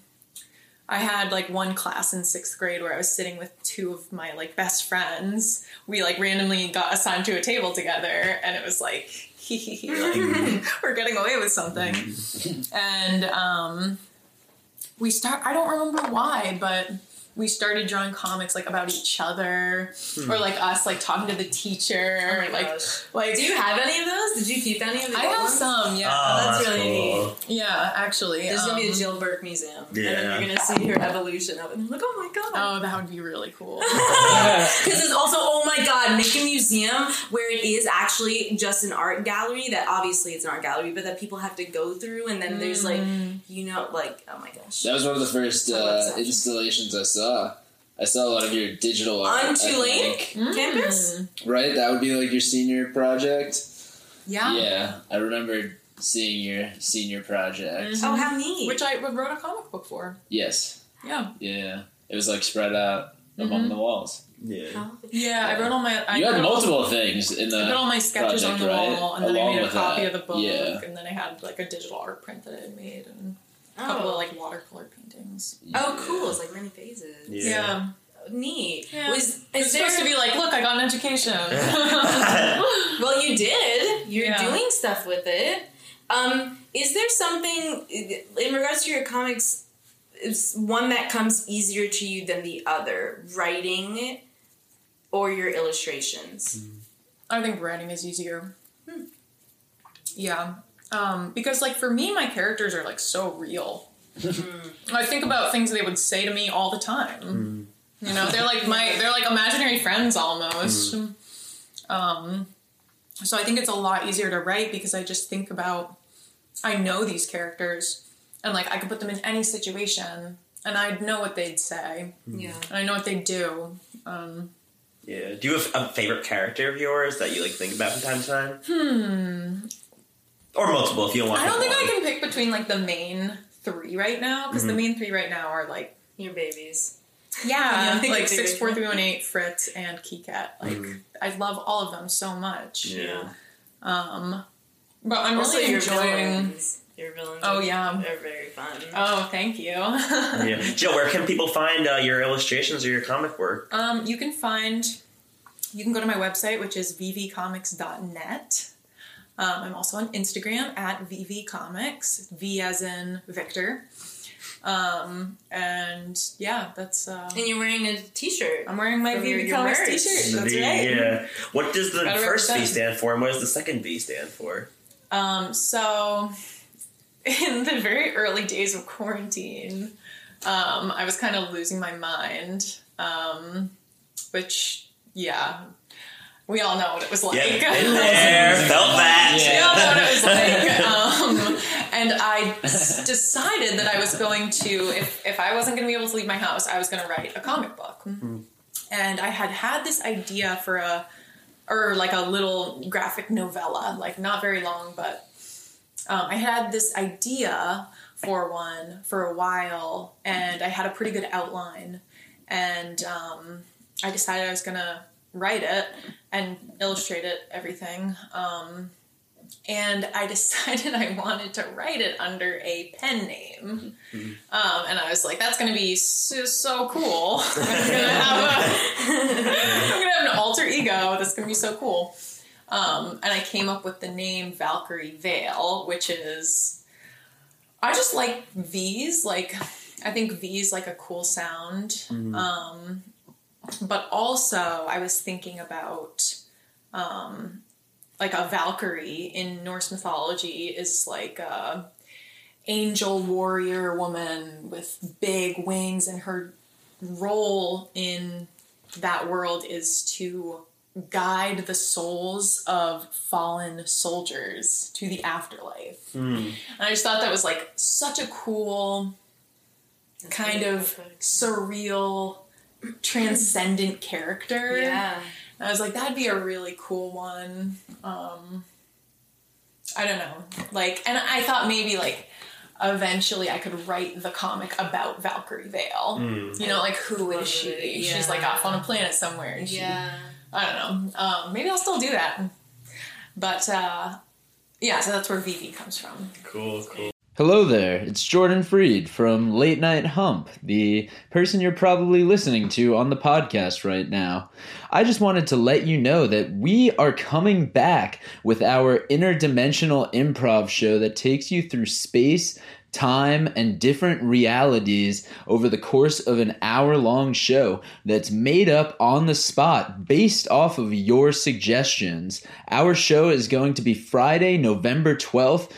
Speaker 4: I had like one class in 6th grade where I was sitting with two of my like best friends. We like randomly got assigned to a table together and it was like hee hee hee like, we're getting away with something
Speaker 3: Mm-hmm.
Speaker 4: and um, we start. I don't remember why, but we started drawing comics like about each other
Speaker 3: Hmm.
Speaker 4: or like us like talking to the teacher
Speaker 5: Oh my
Speaker 4: like
Speaker 5: gosh.
Speaker 4: like
Speaker 2: Do you have any of those? Did you keep any of the
Speaker 4: I
Speaker 2: old
Speaker 4: have
Speaker 2: ones?
Speaker 4: some yeah
Speaker 3: Ah.
Speaker 1: oh,
Speaker 2: that's really
Speaker 1: cool.
Speaker 2: neat.
Speaker 4: yeah actually
Speaker 2: There's gonna be a
Speaker 4: um,
Speaker 2: Jill Burke museum, and
Speaker 1: Yeah.
Speaker 2: then you're gonna see her evolution of it. And like, oh my god.
Speaker 4: oh that would be really cool
Speaker 2: Because it's also, oh my god, make a museum where it is actually just an art gallery that obviously it's an art gallery, but that people have to go through, and then there's like,
Speaker 4: Mm.
Speaker 2: you know, like, oh my gosh.
Speaker 3: That was one of the first uh, installations I saw. I saw a lot of your digital art.
Speaker 2: On
Speaker 3: I
Speaker 2: Tulane
Speaker 3: think.
Speaker 4: Mm.
Speaker 2: campus?
Speaker 3: Right? That would be like your senior project.
Speaker 4: yeah
Speaker 3: Yeah. I remember seeing your senior project.
Speaker 4: Mhm.
Speaker 2: Oh, how neat.
Speaker 5: Which I wrote a comic book for.
Speaker 3: Yes.
Speaker 4: yeah
Speaker 3: Yeah. It was like spread out among the walls.
Speaker 1: Yeah.
Speaker 2: How-
Speaker 4: yeah I wrote all my I
Speaker 3: you had
Speaker 4: wrote all-
Speaker 3: multiple things in
Speaker 4: I put
Speaker 3: the.
Speaker 4: all my sketches on
Speaker 3: project,
Speaker 4: the
Speaker 3: right?
Speaker 4: wall, and then
Speaker 3: Along
Speaker 4: I made a
Speaker 3: with
Speaker 4: copy
Speaker 3: that,
Speaker 4: of the book,
Speaker 3: yeah.
Speaker 4: and then I had like a digital art print that I had made, and a couple of
Speaker 2: Oh,
Speaker 4: like watercolor paintings.
Speaker 2: oh, cool. It's like many phases.
Speaker 1: Yeah.
Speaker 2: Neat.
Speaker 4: Yeah.
Speaker 2: Was,
Speaker 4: it's
Speaker 2: is there,
Speaker 4: supposed to be like, look, I got an education.
Speaker 2: Well, you did. You're
Speaker 4: Yeah.
Speaker 2: doing stuff with it. Um, is there something in regards to your comics? Is one that comes easier to you than the other, writing or your illustrations?
Speaker 4: I think writing is easier.
Speaker 2: Hmm.
Speaker 4: Yeah, um, because like for me, my characters are like so real. I think about things they would say to me all the time. You know, they're like my they're like imaginary friends almost. Um, so I think it's a lot easier to write because I just think about I know these characters and like I could put them in any situation and I'd know what they'd say
Speaker 2: Mm. Yeah.
Speaker 4: and I know what they'd do. Um,
Speaker 1: Yeah. Do you have a favorite character of yours that you like think about from time to time?
Speaker 4: Hmm.
Speaker 1: Or multiple if you don't want
Speaker 4: I don't
Speaker 1: to
Speaker 4: think
Speaker 1: pick
Speaker 4: I
Speaker 1: one.
Speaker 4: can pick between like the main three right now because the
Speaker 1: Mhm.
Speaker 4: main three right now are like
Speaker 2: Your babies.
Speaker 4: yeah,
Speaker 2: Yeah,
Speaker 4: like
Speaker 2: they-
Speaker 4: six four three one eight Fritz and KeyCat. Like I love all of them so much.
Speaker 1: Mm-hmm. Yeah.
Speaker 4: Um, but I'm
Speaker 2: also,
Speaker 4: really
Speaker 2: your
Speaker 4: enjoying.
Speaker 2: villains. Your villains.
Speaker 4: Oh
Speaker 2: are-
Speaker 4: yeah.
Speaker 2: They're very fun.
Speaker 4: Oh, thank you.
Speaker 1: yeah. Jill, where can people find uh, your illustrations or your comic work?
Speaker 4: Um, you can find, you can go to my website, which is vvcomics.net. Um, I'm also on Instagram at vvcomics, V as in Victor. Um, and yeah, that's, uh,
Speaker 2: And you're wearing a T-shirt.
Speaker 4: I'm wearing my
Speaker 2: From your-
Speaker 4: VV
Speaker 2: your
Speaker 4: Comics
Speaker 2: merch.
Speaker 4: t-shirt. That's
Speaker 1: The-
Speaker 4: right.
Speaker 1: Yeah. What does the
Speaker 4: Gotta
Speaker 1: first V
Speaker 4: represent.
Speaker 1: stand for and what does the second V stand for?
Speaker 4: Um, so in the very early days of quarantine, um, I was kind of losing my mind. Um, which yeah, we all know what it was like.
Speaker 1: Yeah. Been there. Felt that.
Speaker 4: We all know what it was
Speaker 1: Yeah.
Speaker 4: like. Um, and I s- decided that I was going to, if, if I wasn't going to be able to leave my house, I was going to write a comic book. And I had had this idea for a, or like a little graphic novella, like not very long, but um, I had this idea for one for a while, and I had a pretty good outline, and um, I decided I was gonna write it and illustrate it, everything. Um, and I decided I wanted to write it under a pen name. Um, and I was like, that's going to be so, so cool. I'm going to have a, I'm going to have an alter ego. That's going to be so cool. Um, and I came up with the name Valkyrie Vale, which is, I just like V's. Like, I think V's like a cool sound. Um, but also, I was thinking about um, like a Valkyrie in Norse mythology is like a angel warrior woman with big wings, and her role in that world is to guide the souls of fallen soldiers to the afterlife.
Speaker 1: Hmm.
Speaker 4: And I just thought that was like such a cool
Speaker 2: That's
Speaker 4: kind
Speaker 2: really
Speaker 4: of
Speaker 2: good.
Speaker 4: surreal transcendent character.
Speaker 2: Yeah.
Speaker 4: And I was like, that'd be a really cool one. Um, I don't know. Like, and I thought maybe like eventually I could write the comic about Valkyrie Vale.
Speaker 1: Hmm.
Speaker 4: You know, like who is she?
Speaker 2: Totally,
Speaker 4: She's like
Speaker 2: yeah.
Speaker 4: off on a planet somewhere. And she,
Speaker 2: Yeah.
Speaker 4: I don't know. Um, maybe I'll still do that. But uh, yeah, so that's where VV comes from.
Speaker 1: Cool, cool.
Speaker 3: Hello there, it's Jordan Freed from Late Night Hump, the person you're probably listening to on the podcast right now. I just wanted to let you know that we are coming back with our interdimensional improv show that takes you through space, time, and different realities over the course of an hour long show that's made up on the spot based off of your suggestions. Our show is going to be Friday, November 12th,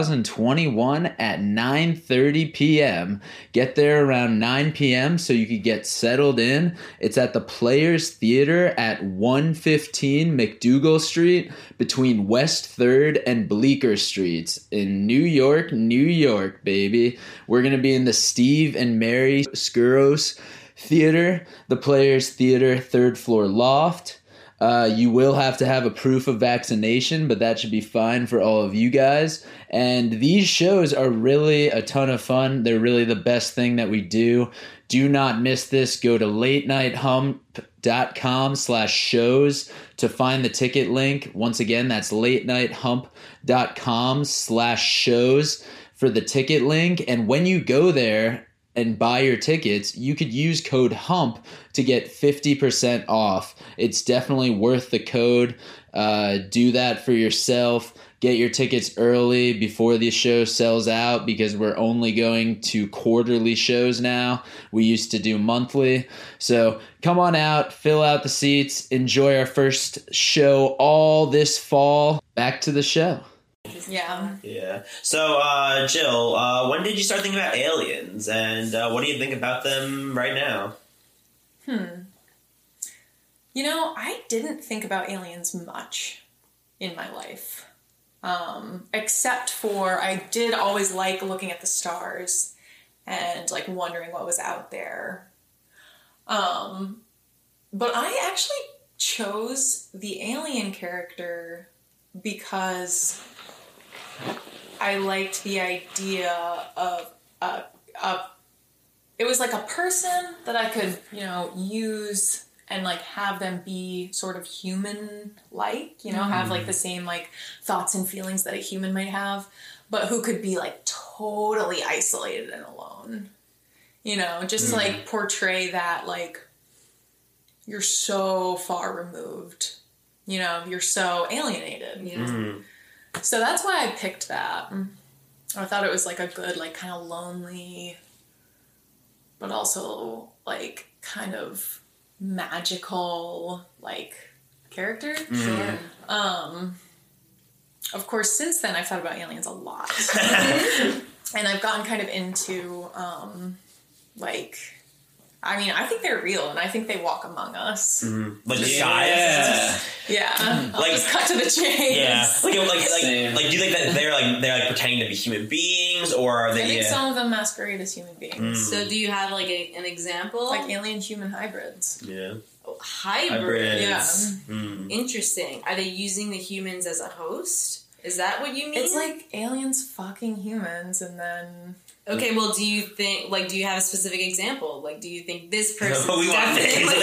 Speaker 3: 2021 at 9:30 p.m. Get there around 9 p.m. so you could get settled in. It's at the Players Theater at 115 McDougal Street between West 3rd and Bleecker Streets in New York, New York, baby. We're going to be in the Steve and Mary Skuros Theater, the Players Theater, 3rd floor loft. Uh, you will have to have a proof of vaccination, but that should be fine for all of you guys. And these shows are really a ton of fun. They're really the best thing that we do. Do not miss this. Go to latenighthump.com slash shows to find the ticket link. Once again, that's latenighthump.com slash shows for the ticket link. And when you go there, and buy your tickets, you could use code HUMP to get 50% off. It's definitely worth the code. Uh, do that for yourself. Get your tickets early before the show sells out because we're only going to quarterly shows now. We used to do monthly. So come on out, fill out the seats, enjoy our first show all this fall. Back to the show.
Speaker 4: Yeah.
Speaker 1: Yeah. So, uh, Jill, uh, when did you start thinking about aliens, and uh, what do you think about them right now?
Speaker 4: You know, I didn't think about aliens much in my life. Um, except for I did always like looking at the stars and like wondering what was out there. Um, but I actually chose the alien character because I liked the idea of a, a it was like a person that I could, you know, use and like have them be sort of human like, you know, have like the same like thoughts and feelings that a human might have, but who could be like totally isolated and alone. You know, just like portray that like you're so far removed. You know, you're so alienated.
Speaker 2: Yeah.
Speaker 1: Mm.
Speaker 4: So that's why I picked that. I thought it was like a good, like kind of lonely, but also like kind of magical, like character.
Speaker 2: Sure.
Speaker 1: Mm-hmm.
Speaker 4: Um, of course, since then I've thought about aliens a lot,
Speaker 1: Mm.
Speaker 4: and I've gotten kind of into um, like, I mean, I think they're real, and I think they walk among us.
Speaker 1: Like the
Speaker 7: Yeah.
Speaker 1: guys?
Speaker 4: Yeah, I'll
Speaker 1: Mm. Like-
Speaker 4: just cut to the chase.
Speaker 1: Yeah. Like, like, like,
Speaker 7: Same.
Speaker 1: like, do you think that they're like they're like pretending to be human beings, or are
Speaker 4: I
Speaker 1: they?
Speaker 4: think
Speaker 1: yeah.
Speaker 4: some of them masquerade as human beings.
Speaker 1: Mm.
Speaker 2: So do you have like a, an example?
Speaker 4: like alien human hybrids.
Speaker 1: Yeah.
Speaker 2: hybrids.
Speaker 4: Yeah.
Speaker 1: Mm.
Speaker 2: Interesting. Are they using the humans as a host? Is that what you mean?
Speaker 4: It's like aliens fucking humans, and then
Speaker 2: okay. Well, do you think like do you have a specific example? Like, do you think this person?
Speaker 1: we want the
Speaker 2: definitely-
Speaker 1: names of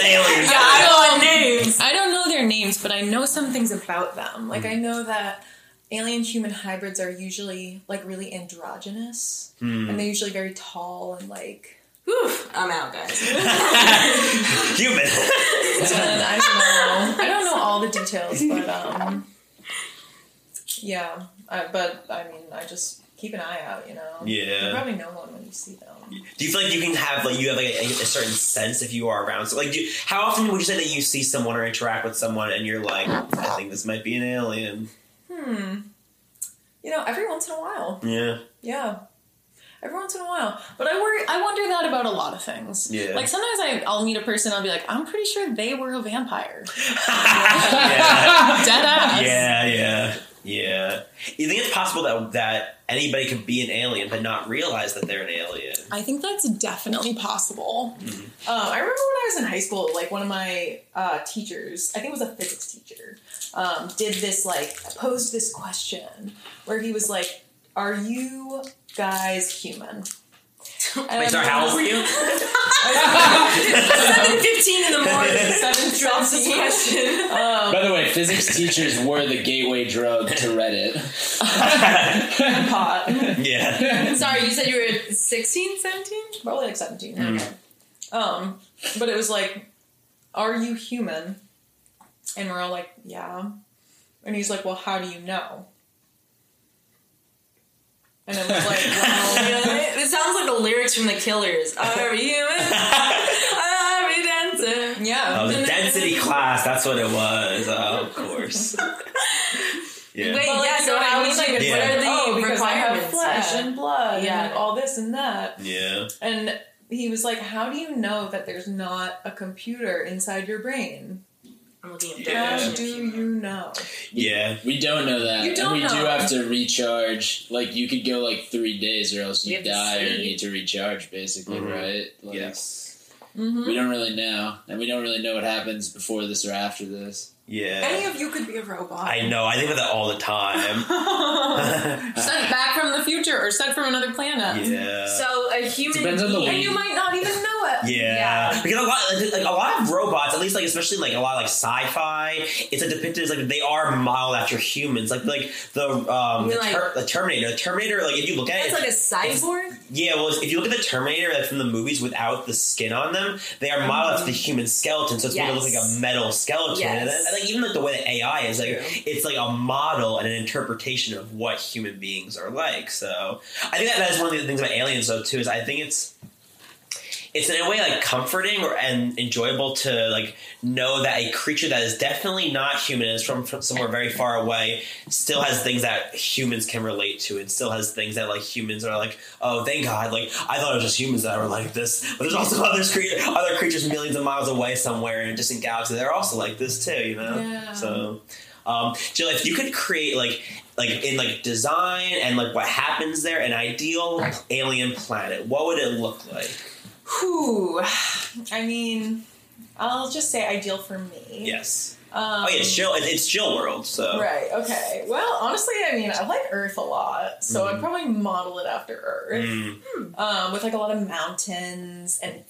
Speaker 1: aliens.
Speaker 2: Yeah, I don't want names.
Speaker 4: I don't know their names, but I know some things about them. Like I know that alien human hybrids are usually like really androgynous,
Speaker 1: Mm.
Speaker 4: and they're usually very tall and like.
Speaker 2: Whew, I'm out, guys.
Speaker 1: Mm. Human.
Speaker 4: and I don't know. I don't know all the details, but um, yeah. I, but I mean, I just keep an eye out. You know. You
Speaker 1: yeah.
Speaker 4: probably know one when you see them.
Speaker 1: Do you feel like you can have like you have like a, a certain sense if you are around? So like, do you, how often would you say that you see someone or interact with someone and you're like, I think this might be an alien?
Speaker 4: Hmm. You know, every once in a while.
Speaker 1: Yeah.
Speaker 4: Yeah. Every once in a while. But I worry I wonder that about a lot of things.
Speaker 1: Yeah.
Speaker 4: Like sometimes I, I'll meet a person, I'll be like, I'm pretty sure they were a vampire.
Speaker 1: yeah.
Speaker 4: Dead ass.
Speaker 1: Yeah, yeah, yeah. You think it's possible that that anybody could be an alien but not realize that they're an alien?
Speaker 4: I think that's definitely possible.
Speaker 1: Mm-hmm.
Speaker 8: Um, I remember when I was in high school, like one of my uh, teachers, I think it was a physics teacher, um, did this like posed this question where he was like, "Are you guys human?" And
Speaker 1: Wait,
Speaker 8: I'm
Speaker 1: sorry,
Speaker 8: like,
Speaker 1: how old were you?
Speaker 2: Seven fifteen in the morning.
Speaker 8: Seven Um,
Speaker 2: Drops this question.
Speaker 7: By the way, physics teachers were the gateway drug to Reddit.
Speaker 8: pot,
Speaker 1: yeah.
Speaker 2: Sorry, you said you were 16, 17?
Speaker 8: probably like seventeen.
Speaker 1: Mm-hmm. Mm.
Speaker 8: Um, but it was like, "Are you human?" And we're all like, "Yeah." And he's like, "Well, how do you know?"
Speaker 5: And it was like, well,
Speaker 2: it sounds like the lyrics from The Killers. Are you a are you dancer?
Speaker 4: Yeah.
Speaker 1: Oh, the density class. That's what it was. Oh, of course. Yeah.
Speaker 2: Wait,
Speaker 4: Well,
Speaker 2: yeah.
Speaker 4: like,
Speaker 2: So
Speaker 4: what I
Speaker 2: how
Speaker 4: mean,
Speaker 2: would
Speaker 4: like,
Speaker 2: you?
Speaker 4: it's
Speaker 1: what
Speaker 2: What
Speaker 1: like,
Speaker 2: are the
Speaker 5: oh, because I have
Speaker 2: requirements?
Speaker 5: flesh
Speaker 2: Yeah.
Speaker 5: and blood
Speaker 2: Yeah.
Speaker 5: and all this and that.
Speaker 1: Yeah.
Speaker 5: And he was like, how do you know that there's not a computer inside your brain?
Speaker 2: I'm looking at
Speaker 1: Yeah.
Speaker 5: How
Speaker 2: definition of
Speaker 5: do
Speaker 2: humor.
Speaker 5: you know?
Speaker 1: Yeah.
Speaker 3: We don't know that.
Speaker 4: You don't
Speaker 3: and we do
Speaker 4: know.
Speaker 3: have to recharge. Like you could go like three days or else
Speaker 4: We
Speaker 3: you
Speaker 4: have to
Speaker 3: die or
Speaker 4: sleep.
Speaker 3: need to recharge basically,
Speaker 1: Mhm.
Speaker 3: right? Like,
Speaker 1: Yes.
Speaker 5: Mm-hmm.
Speaker 3: We don't really know. And we don't really know what happens before this or after this.
Speaker 4: Any
Speaker 1: Yeah.
Speaker 4: of you could be a robot.
Speaker 1: I know. I think of that all the time.
Speaker 4: Sent back from the future or sent from another planet.
Speaker 1: yeah.
Speaker 2: So a human
Speaker 3: Depends on the
Speaker 2: being-
Speaker 4: And you might not even know it.
Speaker 1: Yeah. because a lot, like, like, a lot of robots, at least like especially like a lot of like sci-fi, it's like depicted as like they are modeled after humans. Like like the um
Speaker 2: You
Speaker 1: the,
Speaker 2: mean,
Speaker 1: ter- the Terminator, the Terminator. Like if you look at it,
Speaker 2: That's like a cyborg.
Speaker 1: yeah. Well, if you look at the Terminator like, from the movies without the skin on them, they are modeled after the human skeleton, so it's going to look like
Speaker 2: Mm-hmm. Yes.
Speaker 1: a metal skeleton. And,
Speaker 2: Yes.
Speaker 1: then- like even like the way that AI is like
Speaker 2: True.
Speaker 1: it's like a model and an interpretation of what human beings are like. So I think that, that is one of the things about aliens though too is I think it's it's in a way like comforting or and enjoyable to like know that a creature that is definitely not human is from, from somewhere very far away still has things that humans can relate to and still has things that like humans are like oh thank god like I thought it was just humans that were like this but there's also other cre- other creatures millions of miles away somewhere in a distant galaxy that are also like this too you know
Speaker 4: Yeah.
Speaker 1: so um, Jill, if you could create like like in like design and like what happens there, an ideal alien planet, what would it look like?
Speaker 5: Whew. I mean, I'll just say ideal for me.
Speaker 1: Yes.
Speaker 5: Um,
Speaker 1: Oh yeah, it's Jill. it- It's Jill World. So
Speaker 5: Right. Okay. Well, honestly, I mean, I like Earth a lot, so
Speaker 1: Mm-hmm.
Speaker 5: I'd probably model it after Earth,
Speaker 1: Mm,
Speaker 5: um, with like a lot of mountains and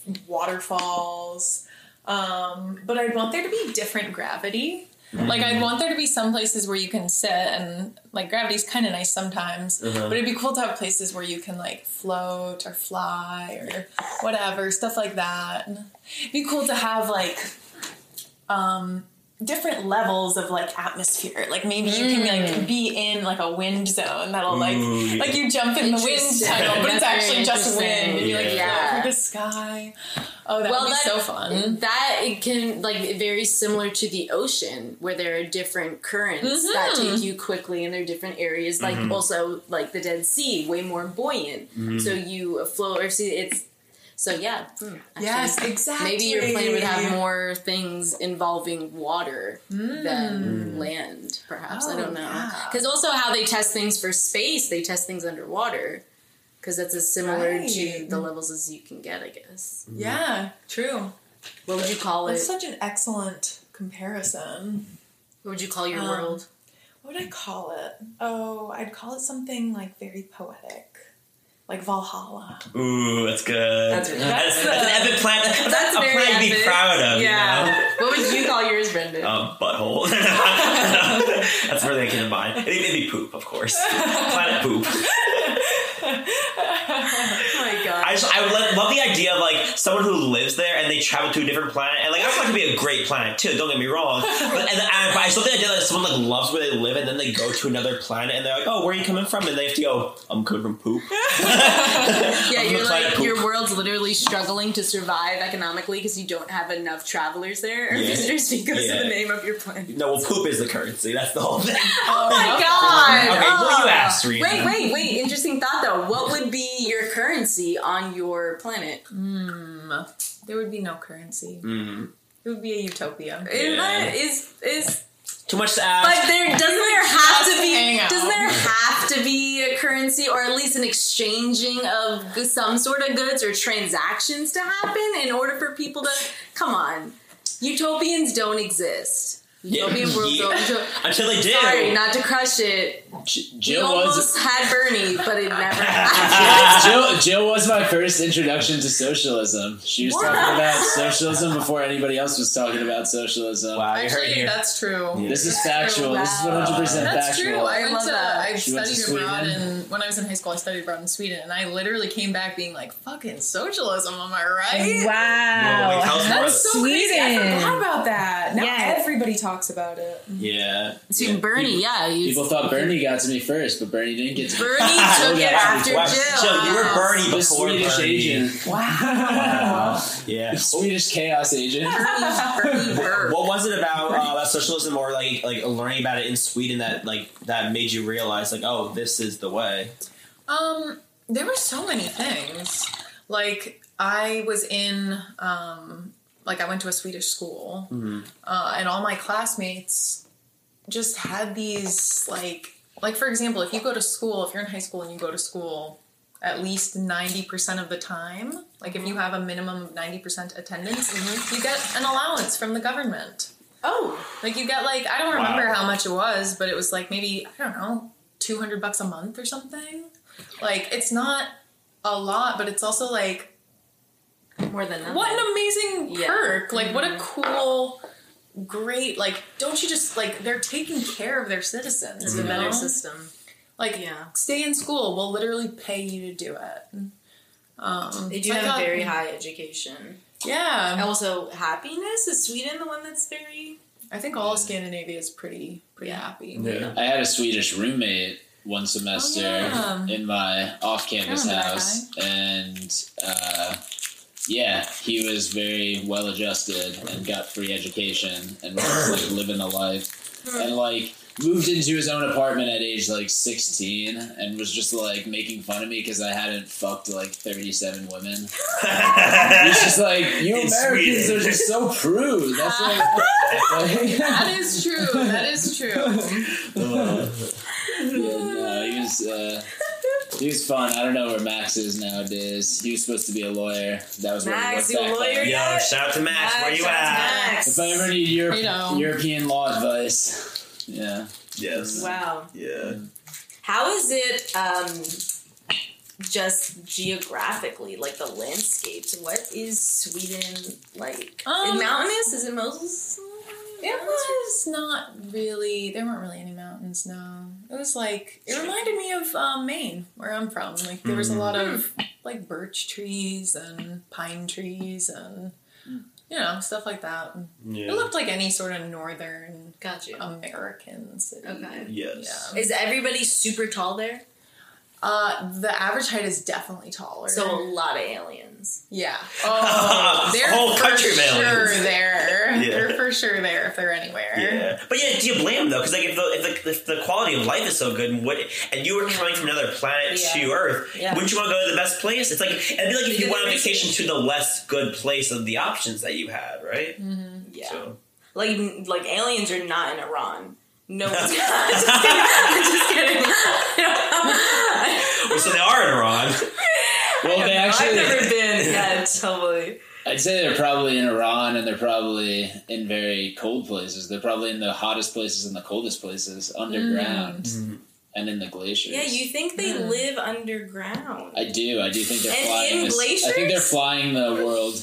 Speaker 5: waterfalls. Um, but I'd want
Speaker 4: want there to be different gravity. Like I'd want there to be some places where you can sit and like gravity's kind of nice sometimes,
Speaker 1: Uh-huh.
Speaker 4: but it'd be cool to have places where you can like float or fly or whatever stuff like that. It'd be cool to have like um different levels of like atmosphere. Like maybe you can like be in like a wind zone that'll like
Speaker 1: Ooh, yeah.
Speaker 4: like you jump in the wind
Speaker 2: Interesting.
Speaker 4: tunnel, but it's
Speaker 2: That's very
Speaker 4: actually just wind. And
Speaker 2: interesting.
Speaker 4: you like
Speaker 2: Yeah.
Speaker 4: float through the sky. Oh, that
Speaker 2: Well,
Speaker 4: would be
Speaker 2: that-
Speaker 4: so fun.
Speaker 2: That it can like very similar to the ocean, where there are different currents that
Speaker 4: Mhm.
Speaker 2: take you quickly, and there are different areas. Like
Speaker 3: Mm-hmm.
Speaker 2: also like the Dead Sea, way more buoyant. So you float or see it's. So yeah, hmm, actually,
Speaker 4: Yes, exactly.
Speaker 2: Maybe your plane would have more things involving water
Speaker 1: Hmm.
Speaker 2: than land, perhaps. I
Speaker 4: Oh,
Speaker 2: don't know.
Speaker 4: yeah.
Speaker 2: Because also, how they test things for space, they test things underwater. Because that's as similar to
Speaker 5: Right.
Speaker 2: the levels as you can get, I guess.
Speaker 4: Yeah, true.
Speaker 2: What would you call it?
Speaker 5: that's such an excellent comparison.
Speaker 2: What would you call your
Speaker 5: Um,
Speaker 2: world?
Speaker 5: What would I call it? Oh, I'd call it something like very poetic, like Valhalla.
Speaker 1: Ooh, that's good.
Speaker 2: That's really-
Speaker 1: that's,
Speaker 5: that's
Speaker 1: that's an
Speaker 5: the-
Speaker 1: epic planet. That's,
Speaker 2: that's
Speaker 1: a
Speaker 2: very
Speaker 1: planet to be
Speaker 2: epic.
Speaker 1: proud of. You know?
Speaker 2: what would you call yours, Brendan?
Speaker 1: Um, butthole. that's where they can mind. It'd, it'd be poop, of course. Planet poop.
Speaker 2: oh my
Speaker 1: I
Speaker 2: god.
Speaker 1: just I love, love the idea of like someone who lives there and they travel to a different planet and like I want it to be a great planet too. Don't get me wrong, but and I, but I still think the idea that someone like loves where they live and then they go to another planet and they're like, oh, where are you coming from? And they have to go, I'm coming from poop.
Speaker 2: yeah,
Speaker 1: I'm
Speaker 2: you're
Speaker 1: gonna planet
Speaker 2: like
Speaker 1: poop.
Speaker 2: your world's literally struggling to survive economically because you don't have enough travelers there or
Speaker 1: Yeah.
Speaker 2: visitors because
Speaker 1: Yeah.
Speaker 2: of the name of your planet.
Speaker 1: No, well, poop is the currency. That's the whole thing.
Speaker 2: Oh my god!
Speaker 1: Okay,
Speaker 2: oh.
Speaker 1: what you asked, Rita.
Speaker 2: Wait, wait, wait! Interesting thought though. What would be your currency on your planet?
Speaker 4: There would be no currency.
Speaker 1: Mm.
Speaker 4: It would be a utopia.
Speaker 2: Isn't
Speaker 1: Yeah.
Speaker 2: that- is is?
Speaker 1: Too much to
Speaker 2: But
Speaker 1: ask.
Speaker 2: there doesn't there have to
Speaker 4: Just
Speaker 2: be
Speaker 4: hang out.
Speaker 2: doesn't there have to be a currency or at least an exchanging of g- some sort of goods or transactions to happen in order for people to come on? Utopians don't exist.
Speaker 1: Yeah.
Speaker 2: Utopian worlds
Speaker 1: Yeah.
Speaker 2: don't. Utop-
Speaker 1: Until they do.
Speaker 2: Sorry, not to crush it.
Speaker 3: J-
Speaker 2: We
Speaker 3: Jill was
Speaker 2: almost had Bernie, but it never happened.
Speaker 3: Jill, Jill was my first introduction to socialism. She was talking about socialism before anybody else was talking about socialism.
Speaker 1: wow, you heard it
Speaker 4: Actually,
Speaker 1: here.
Speaker 4: that's true.
Speaker 1: Yeah.
Speaker 3: This is factual. This is 100%
Speaker 4: That's
Speaker 3: factual.
Speaker 4: true. I,
Speaker 2: I
Speaker 4: went
Speaker 2: love
Speaker 4: to,
Speaker 2: that.
Speaker 4: I
Speaker 3: She went to
Speaker 4: studied abroad,
Speaker 3: Sweden.
Speaker 4: and when I was in high school, I studied abroad in Sweden, and I literally came back being like, "Fucking socialism, am I right?"
Speaker 1: No, like,
Speaker 2: Wow.
Speaker 1: how's
Speaker 4: That's
Speaker 1: more-
Speaker 4: so crazy. I forgot
Speaker 9: Sweden.
Speaker 4: about that. Now
Speaker 9: Yes.
Speaker 4: everybody talks about it.
Speaker 1: Yeah.
Speaker 2: To Bernie, yeah. You,
Speaker 3: People thought Bernie got to me first, but Bernie didn't get to me.
Speaker 2: Bernie took it after
Speaker 1: Wow.
Speaker 2: Jill.
Speaker 1: Jill, you were Bernie
Speaker 3: The
Speaker 1: before
Speaker 3: Swedish
Speaker 1: Bernie.
Speaker 3: agent.
Speaker 1: Wow. Yeah.
Speaker 3: Swedish chaos agent.
Speaker 2: Bernie, Bernie Burr.
Speaker 1: What was it about uh, about socialism or like like learning about it in Sweden that like that made you realize like oh this is the way?
Speaker 4: Um, there were so many things. Like I was in, um, like I went to a Swedish school, uh, and all my classmates just had these like, like for example, if you go to school, if you're in high school and you go to school, at least ninety percent of the time, like if you have a minimum of ninety percent attendance, you get an allowance from the government.
Speaker 5: Oh,
Speaker 4: Like you get like I don't remember
Speaker 1: Wow.
Speaker 4: how much it was, but it was like maybe I don't know, two hundred bucks a month or something. Like it's not a lot, but it's also like
Speaker 2: More than that.
Speaker 4: what an amazing
Speaker 2: Yeah. Mm-hmm.
Speaker 4: perk! Like what a cool, great like don't you just like they're taking care of their citizens?
Speaker 2: It's
Speaker 4: you
Speaker 2: a better
Speaker 4: know?
Speaker 2: system.
Speaker 4: Like
Speaker 2: Yeah.
Speaker 4: stay in school. We'll literally pay you to do it. Um,
Speaker 2: They do
Speaker 4: so I
Speaker 2: have
Speaker 4: thought-
Speaker 2: a very high education. Um,
Speaker 4: yeah.
Speaker 2: Also, happiness is Sweden the one that's very
Speaker 4: I think all of Scandinavia is pretty pretty
Speaker 2: Yeah.
Speaker 4: happy.
Speaker 3: I had a Swedish roommate one semester
Speaker 4: Oh, yeah.
Speaker 3: in my off campus
Speaker 4: I remember that
Speaker 3: house, and uh, yeah, he was very well adjusted and got free education and was like living a life and like. Moved into his own apartment at age like 16 and was just like making fun of me because I hadn't fucked like 37 women. He's just like, you
Speaker 1: In
Speaker 3: Americans
Speaker 1: Sweden.
Speaker 3: are just so prude. That's like, like-
Speaker 4: That is true. That is true.
Speaker 3: Yeah, no, he was uh, he was fun. I don't know where Max is nowadays. He was supposed to be a lawyer. That was
Speaker 2: Max,
Speaker 3: where
Speaker 2: you
Speaker 3: he
Speaker 2: a
Speaker 3: was back
Speaker 2: lawyer
Speaker 3: then.
Speaker 1: Yo,
Speaker 2: yet?
Speaker 1: shout out to Max. Where you at?
Speaker 3: If I ever need Europe,
Speaker 4: You know.
Speaker 3: European law advice, yeah,
Speaker 1: Yes.
Speaker 2: Wow.
Speaker 1: Yeah.
Speaker 2: How is it um, just geographically, like the landscapes? What is Sweden like? is
Speaker 4: Um,
Speaker 2: it mountainous? Is it Moses?
Speaker 4: It was not really. There weren't really any mountains. No, it was like it reminded me of um, Maine, where I'm from. Like there was a lot of
Speaker 1: Hmm.
Speaker 4: like birch trees and pine trees and you know stuff like that. It
Speaker 1: Hmm. Yeah.
Speaker 4: looked like any sort of northern
Speaker 2: Got
Speaker 4: Oh.
Speaker 2: you.
Speaker 4: American city.
Speaker 2: Okay.
Speaker 1: Yes.
Speaker 2: Is everybody super tall there?
Speaker 4: Uh, the average height is definitely taller.
Speaker 2: So a lot of aliens.
Speaker 4: yeah. Oh, they're
Speaker 1: Whole
Speaker 4: for
Speaker 1: country of
Speaker 4: sure
Speaker 1: aliens.
Speaker 4: there.
Speaker 1: Yeah.
Speaker 4: They're for sure there if they're anywhere.
Speaker 1: Yeah, but yeah, do you blame them though? Because like, if the, if the if the quality of life is so good, and what and you were coming from another planet to Earth,
Speaker 2: Yeah.
Speaker 1: wouldn't you want to go to the best place? It's like it'd be like if
Speaker 2: You
Speaker 1: you went on
Speaker 2: did the
Speaker 1: vacation to the less good place of the options that you had, right?
Speaker 4: Mm,
Speaker 2: Yeah.
Speaker 1: So
Speaker 2: Like like aliens are not in Iran. No one's I'm just kidding. I'm just kidding.
Speaker 1: Well, so they are in Iran.
Speaker 3: Well, they
Speaker 2: I've never
Speaker 3: actually,
Speaker 2: been. Yeah, totally.
Speaker 3: I'd say they're probably in Iran and they're probably in very cold places. They're probably in the hottest places and the coldest places underground
Speaker 1: Mm,
Speaker 3: and in the glaciers.
Speaker 2: Mm. Yeah, you think they
Speaker 4: Hmm.
Speaker 2: live underground?
Speaker 3: I do. I do think they're
Speaker 2: And
Speaker 3: flying.
Speaker 2: in
Speaker 3: this- I think they're
Speaker 2: glaciers?
Speaker 3: flying the world.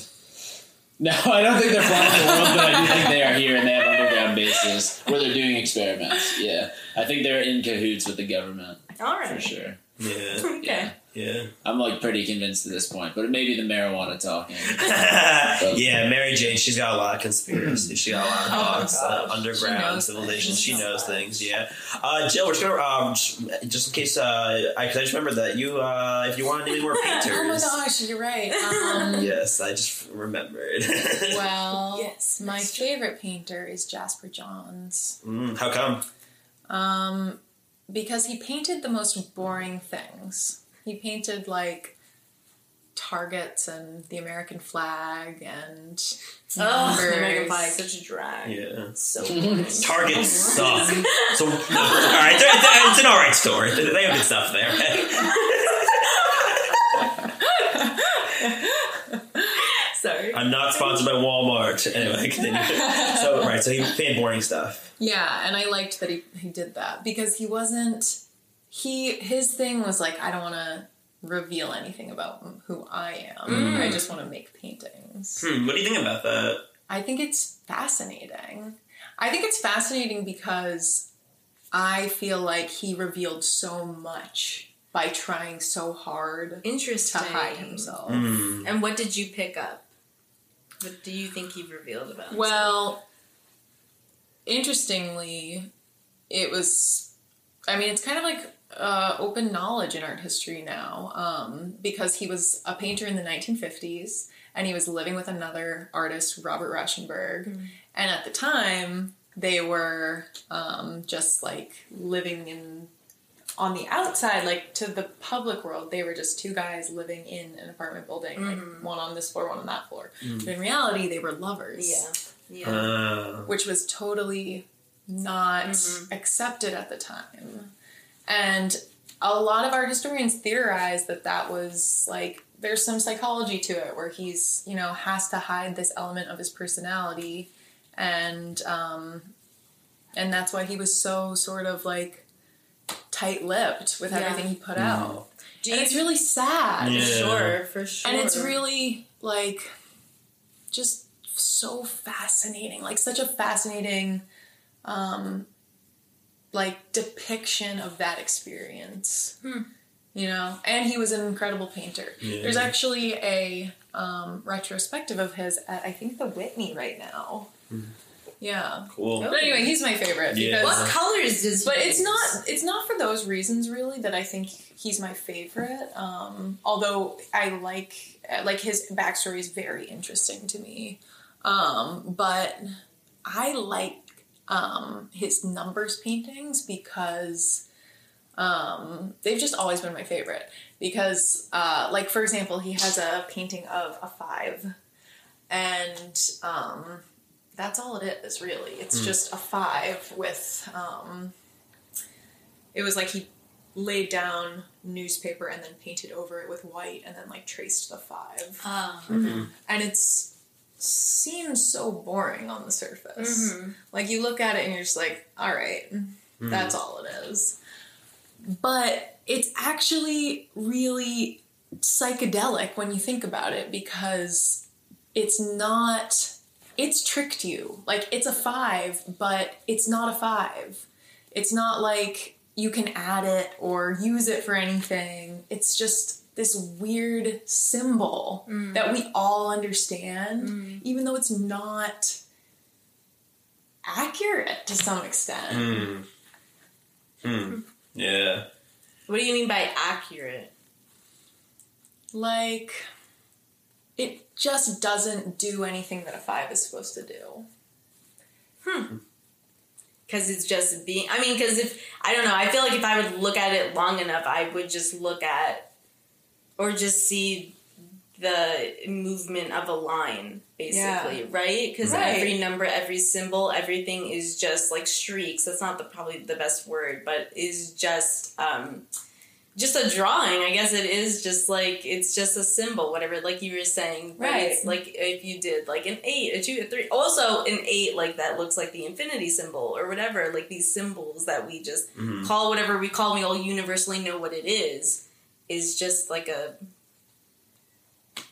Speaker 3: No, I don't think they're flying the world, but I do think they are here and they have underground bases where they're doing experiments. Yeah, I think they're in cahoots with the government
Speaker 2: All
Speaker 3: for
Speaker 2: right.
Speaker 3: sure.
Speaker 1: Yeah,
Speaker 2: Okay.
Speaker 1: yeah,
Speaker 3: I'm like pretty convinced at this point, but it may be the marijuana talking.
Speaker 1: yeah. Mary Jane, she's got a lot of conspiracies. She got a lot of thoughts, uh, underground
Speaker 4: knows
Speaker 1: civilizations.
Speaker 4: things.
Speaker 1: She knows things. Yeah. Uh, Jill, we're just gonna um, just, just in case. Uh, I, 'cause I just remember that you, uh, if you want to name more painters.
Speaker 4: Oh my gosh, you're right. Um,
Speaker 1: Yes, I just remembered.
Speaker 4: Well,
Speaker 2: Yes,
Speaker 4: my
Speaker 2: that's true.
Speaker 4: favorite painter is Jasper Johns.
Speaker 1: Mm, how come?
Speaker 4: Um, because he painted the most boring things. He painted like targets and the American flag and
Speaker 2: Ugh, oh
Speaker 4: numbers.
Speaker 2: American Pie, such a drag.
Speaker 1: Yeah.
Speaker 2: So boring.
Speaker 1: Targets suck. So, all right, they're- they're- it's an all right store. They have good stuff there.
Speaker 2: Sorry.
Speaker 1: I'm not sponsored by Walmart. Anyway, continue. So, right, so he fan boring stuff.
Speaker 4: Yeah, and I liked that he, he did that because he wasn't he his thing was like I don't want to reveal anything about who I am. I
Speaker 2: Mm.
Speaker 4: just want to make paintings.
Speaker 1: Hmm, what do you think about that?
Speaker 4: I think it's fascinating. I think it's fascinating because I feel like he revealed so much by trying so hard
Speaker 2: Interesting.
Speaker 4: to hide himself.
Speaker 1: Hmm.
Speaker 2: And what did you pick up? What do you think he revealed about?
Speaker 4: Well, interestingly, it was. I mean, it's kind of like uh, open knowledge in art history now um, because he was a painter in the 1950s and he was living with another artist, Robert Rauschenberg.
Speaker 2: Mm-hmm.
Speaker 4: And at the time, they were um, just like living in. On the outside, like to the public world, they were just two guys living in an apartment building,
Speaker 2: Mm-hmm.
Speaker 4: like one on this floor, one on that floor. But in reality, they were lovers
Speaker 2: yeah, yeah.
Speaker 1: Uh,
Speaker 4: which was totally not
Speaker 2: Mm-hmm.
Speaker 4: accepted at the time. And a lot of art historians theorize that that was like there's some psychology to it where he's, you know, has to hide this element of his personality and um and that's why he was so sort of like tight-lipped with
Speaker 2: Yeah.
Speaker 4: everything he put out.
Speaker 2: do
Speaker 4: And
Speaker 2: you
Speaker 4: it's really sad.
Speaker 1: Yeah.
Speaker 2: sure for sure?
Speaker 4: And it's really like just so fascinating, like such a fascinating um like depiction of that experience.
Speaker 2: Hmm.
Speaker 4: You know, and he was an incredible painter.
Speaker 1: Yeah.
Speaker 4: There's actually a um retrospective of his at I think the Whitney right now. Yeah.
Speaker 1: cool.
Speaker 2: Oh.
Speaker 4: But anyway, he's my favorite
Speaker 1: Yeah.
Speaker 4: because
Speaker 2: Hmm. what colors does?
Speaker 4: but
Speaker 2: he
Speaker 4: it's
Speaker 2: use?
Speaker 4: not it's not for those reasons really that I think he's my favorite. Um, although I like uh, like his backstory is very interesting to me. Um, but I like um, his numbers paintings because um, they've just always been my favorite. Because uh, like for example, he has a painting of a five, and um, that's all it is really it's just a five with um
Speaker 5: It was like he laid down newspaper and then painted over it with white and then like traced the five.
Speaker 2: Oh.
Speaker 4: uh, and it's seems so boring on the surface
Speaker 2: Mm-hmm.
Speaker 4: like you look at it and you're just like all right that's all it is but it's actually really psychedelic when you think about it because it's not it's tricked you like it's a five but it's not a five it's not like you can add it or use it for anything it's just this weird symbol that we all understand even though it's not accurate to some extent
Speaker 1: Hmm. Hmm. Yeah.
Speaker 2: What do you mean by accurate?
Speaker 4: like it just doesn't do anything that a five is supposed to do
Speaker 2: Because it's just being. I mean, because if I don't know, I feel like if I would look at it long enough, I would just look at, or just see the movement of a line, basically, right? Because
Speaker 4: Right.
Speaker 2: every number, every symbol, everything is just like streaks. That's not the probably the best word, but is just. um just a drawing, I guess it is just like it's just a symbol, whatever. Like you were saying, but
Speaker 4: Right.
Speaker 2: It's like if you did like an eight, a two, a three, also an eight, like that looks like the infinity symbol or whatever. Like these symbols that we just
Speaker 1: Mhm.
Speaker 2: call whatever we call, we all universally know what it is. Is just like a,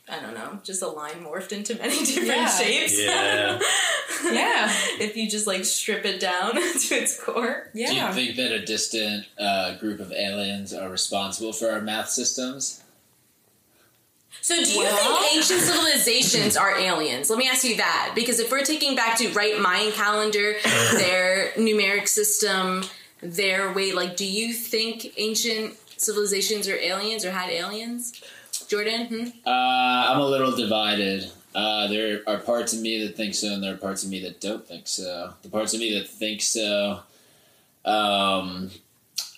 Speaker 2: I don't know, just a line morphed into many different
Speaker 4: Yeah.
Speaker 2: shapes.
Speaker 1: Yeah.
Speaker 4: Yeah.
Speaker 2: if you just like strip it down to its core.
Speaker 3: Do you
Speaker 4: yeah
Speaker 3: think that a distant uh, group of aliens are responsible for our math systems?
Speaker 2: So, do you
Speaker 4: Well-
Speaker 2: think ancient civilizations are aliens? Let me ask you that. Because if we're taking back to right Mayan calendar, their numeric system, their way, like, do you think ancient civilizations are aliens or had aliens? Jordan? Hmm?
Speaker 3: Uh, I'm a little divided. Uh, there are parts of me that think so, and there are parts of me that don't think so. The parts of me that think so um,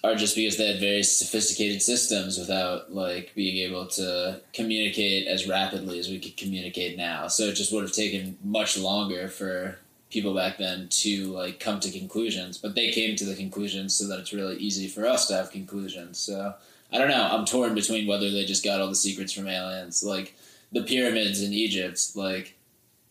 Speaker 3: are just because they had very sophisticated systems without like being able to communicate as rapidly as we could communicate now. So it just would have taken much longer for people back then to like come to conclusions. But they came to the conclusions so that it's really easy for us to have conclusions. So I don't know. I'm torn between whether they just got all the secrets from aliens, like the pyramids in Egypt, like.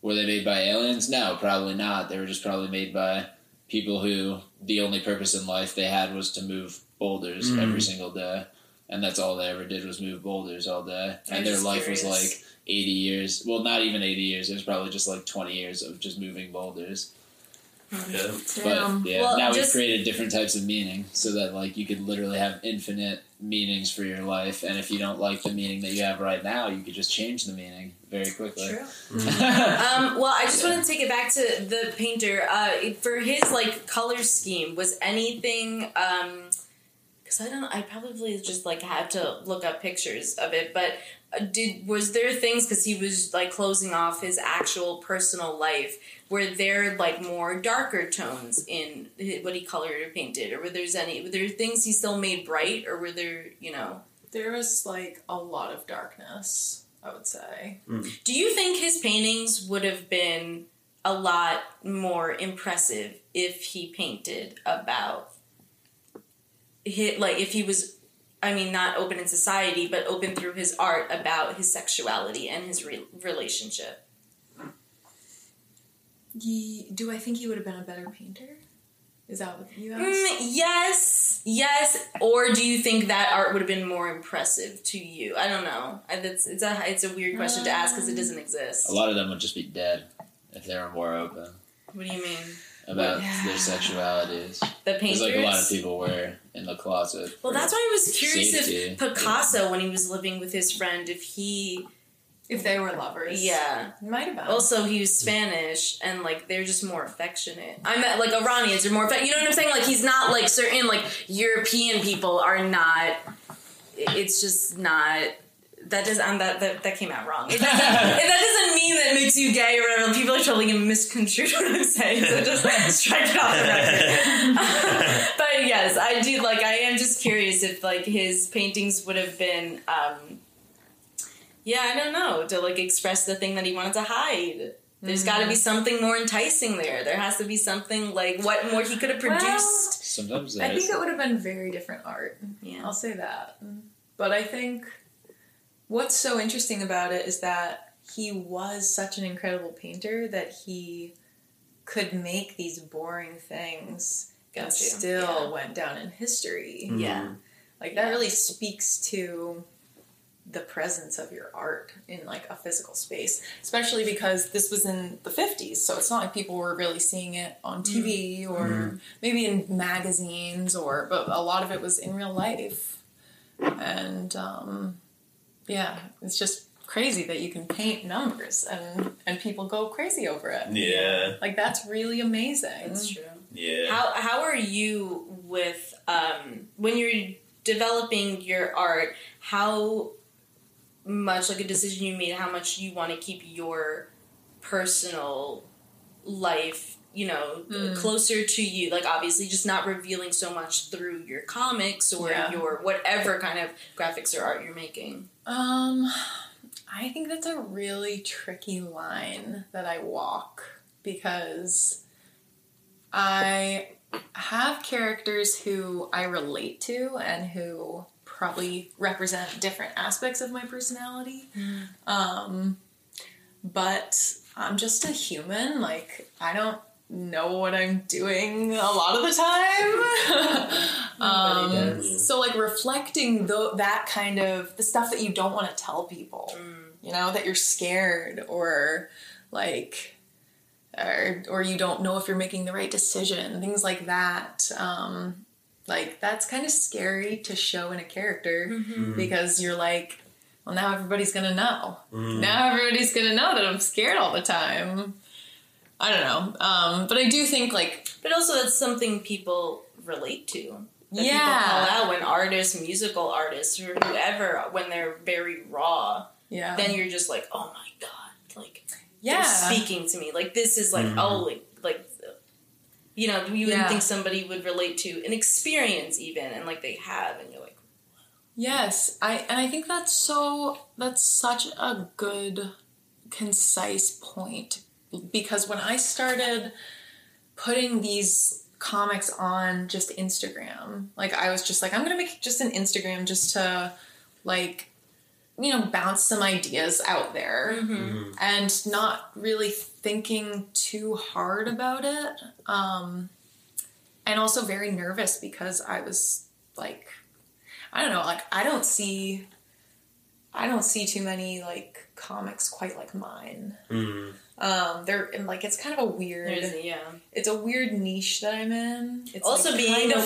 Speaker 3: Were they made by aliens? No, probably not. They were just probably made by people who the only purpose in life they had was to move boulders
Speaker 1: Mm.
Speaker 3: every single day. And that's all they ever did was move boulders all day.
Speaker 2: I'm
Speaker 3: and their
Speaker 2: just
Speaker 3: life was
Speaker 2: curious.
Speaker 3: like 80 years. Well, not even 80 years. It was probably just like 20 years of just moving boulders.
Speaker 1: Yeah.
Speaker 3: But yeah,
Speaker 2: Well,
Speaker 3: now
Speaker 2: just-
Speaker 3: we've created different types of meaning so that like you could literally have infinite meanings for your life, and if you don't like the meaning that you have right now, you could just change the meaning very quickly.
Speaker 5: True.
Speaker 2: Um, well, I just want to take it back to the painter. Uh, it- for his like color scheme, was anything? Um, because I don't. I probably just like had to look up pictures of it. But uh, did was there things because he was like closing off his actual personal life? Were there like more darker tones in hi- what he colored or painted, or were there's any? Were there things he still made bright, or were there you know?
Speaker 4: There was like a lot of darkness, I would say.
Speaker 2: Do you think his paintings would have been a lot more impressive if he painted about hit like if he was I mean not open in society but open through his art about his sexuality and his re- relationship.
Speaker 4: Ye- do I think he would have been a better painter? Is that what you asked?
Speaker 2: Mm, yes, yes, or do you think that art would have been more impressive to you? I don't know. I, that's it's a it's a weird question to ask because it doesn't
Speaker 3: Um, A
Speaker 2: exist.
Speaker 3: lot of them would just be dead if they were more open
Speaker 2: What do you mean?
Speaker 3: about
Speaker 4: Yeah.
Speaker 3: their sexualities.
Speaker 2: The painters.
Speaker 3: Because like a lot of people were in the closet.
Speaker 2: Well, that's why I was curious
Speaker 3: Safety.
Speaker 2: if Picasso, when he was living with his friend, if he,
Speaker 4: If they were lovers.
Speaker 2: yeah.
Speaker 4: Might have been.
Speaker 2: Also, he was Spanish, and like they're just more affectionate. I meant like Iranians are more, affe- you know what I'm saying? Like he's not like certain like European people are not. It's just not. That does um, that, that that came out wrong. It doesn't, that doesn't mean that makes you gay or whatever. People are totally gonna misconstrue what I'm saying, so just strike it off the record. but yes, I do like I am just curious if like his paintings would have been um yeah, I don't know, to like express the thing that he wanted to hide. There's got to be something more enticing there. There has to be something like what more he could have
Speaker 4: Well,
Speaker 2: produced.
Speaker 3: Sometimes
Speaker 4: I
Speaker 3: that
Speaker 4: think
Speaker 3: is.
Speaker 4: it would have been very different art.
Speaker 2: yeah.
Speaker 4: I'll say that. But I think
Speaker 5: What's so interesting about it is that he was such an incredible painter that he could make these boring things and
Speaker 2: Gotcha.
Speaker 5: still
Speaker 2: Yeah.
Speaker 5: went down in history.
Speaker 2: Yeah.
Speaker 5: Like that
Speaker 2: Yeah.
Speaker 5: really speaks to the presence of your art in like a physical space, especially because this was in the 50s, so it's not like people were really seeing it
Speaker 2: Mm.
Speaker 5: on TV or
Speaker 4: maybe in magazines or, but a lot of it was in real life. And um, yeah, it's just crazy that you can paint numbers and, and people go crazy over it.
Speaker 1: Hmm. Yeah.
Speaker 4: Like that's really amazing.
Speaker 2: That's true.
Speaker 1: Yeah.
Speaker 2: How how are you with um when you're developing your art, how much like a decision you made, how much you want to keep your personal life, you know, closer to you. Like obviously just not revealing so much through your comics or
Speaker 4: Yeah.
Speaker 2: your whatever kind of graphics or art you're making.
Speaker 4: Um, I think that's a really tricky line that I walk because I have characters who I relate to and who probably represent different aspects of my personality. Um, but I'm just a human. Like, I don't know what I'm doing a lot of the time. um, So, like, reflecting tho- that kind of the stuff that you don't want to tell people, you know, that you're scared or like, or, or you don't know if you're making the right decision, things like that. Um, like, that's kind of scary to show in a character
Speaker 1: Mm-hmm. Hmm. Mm.
Speaker 4: because you're like, well, now everybody's gonna know.
Speaker 1: Hmm.
Speaker 4: Now everybody's gonna know that I'm scared all the time. I don't know, um, but I do think like
Speaker 2: But also that's something people relate to. That
Speaker 4: Yeah.
Speaker 2: people call out when artists, musical artists, or whoever, when they're very raw,
Speaker 4: yeah,
Speaker 2: then you're just like, oh my god, like
Speaker 4: yeah,
Speaker 2: they're speaking to me. Like this is like oh like like you know you wouldn't
Speaker 4: Yeah.
Speaker 2: think somebody would relate to an experience even and like they have and you're like
Speaker 4: Yes, I and I think that's so that's such a good concise point because when I started putting these comics on just Instagram, like I was just like I'm going to make just an Instagram just to like you know bounce some ideas out there
Speaker 1: Hmm.
Speaker 4: and not really thinking too hard about it. Um and also very nervous because I was like I don't know, like I don't see I don't see too many like comics quite like mine.
Speaker 1: Mm.
Speaker 4: Um, they're and like it's kind of a weird.
Speaker 2: There's- yeah.
Speaker 4: It's a weird niche that I'm in. It's
Speaker 2: Also
Speaker 4: like,
Speaker 2: being
Speaker 4: kind
Speaker 2: a-
Speaker 4: of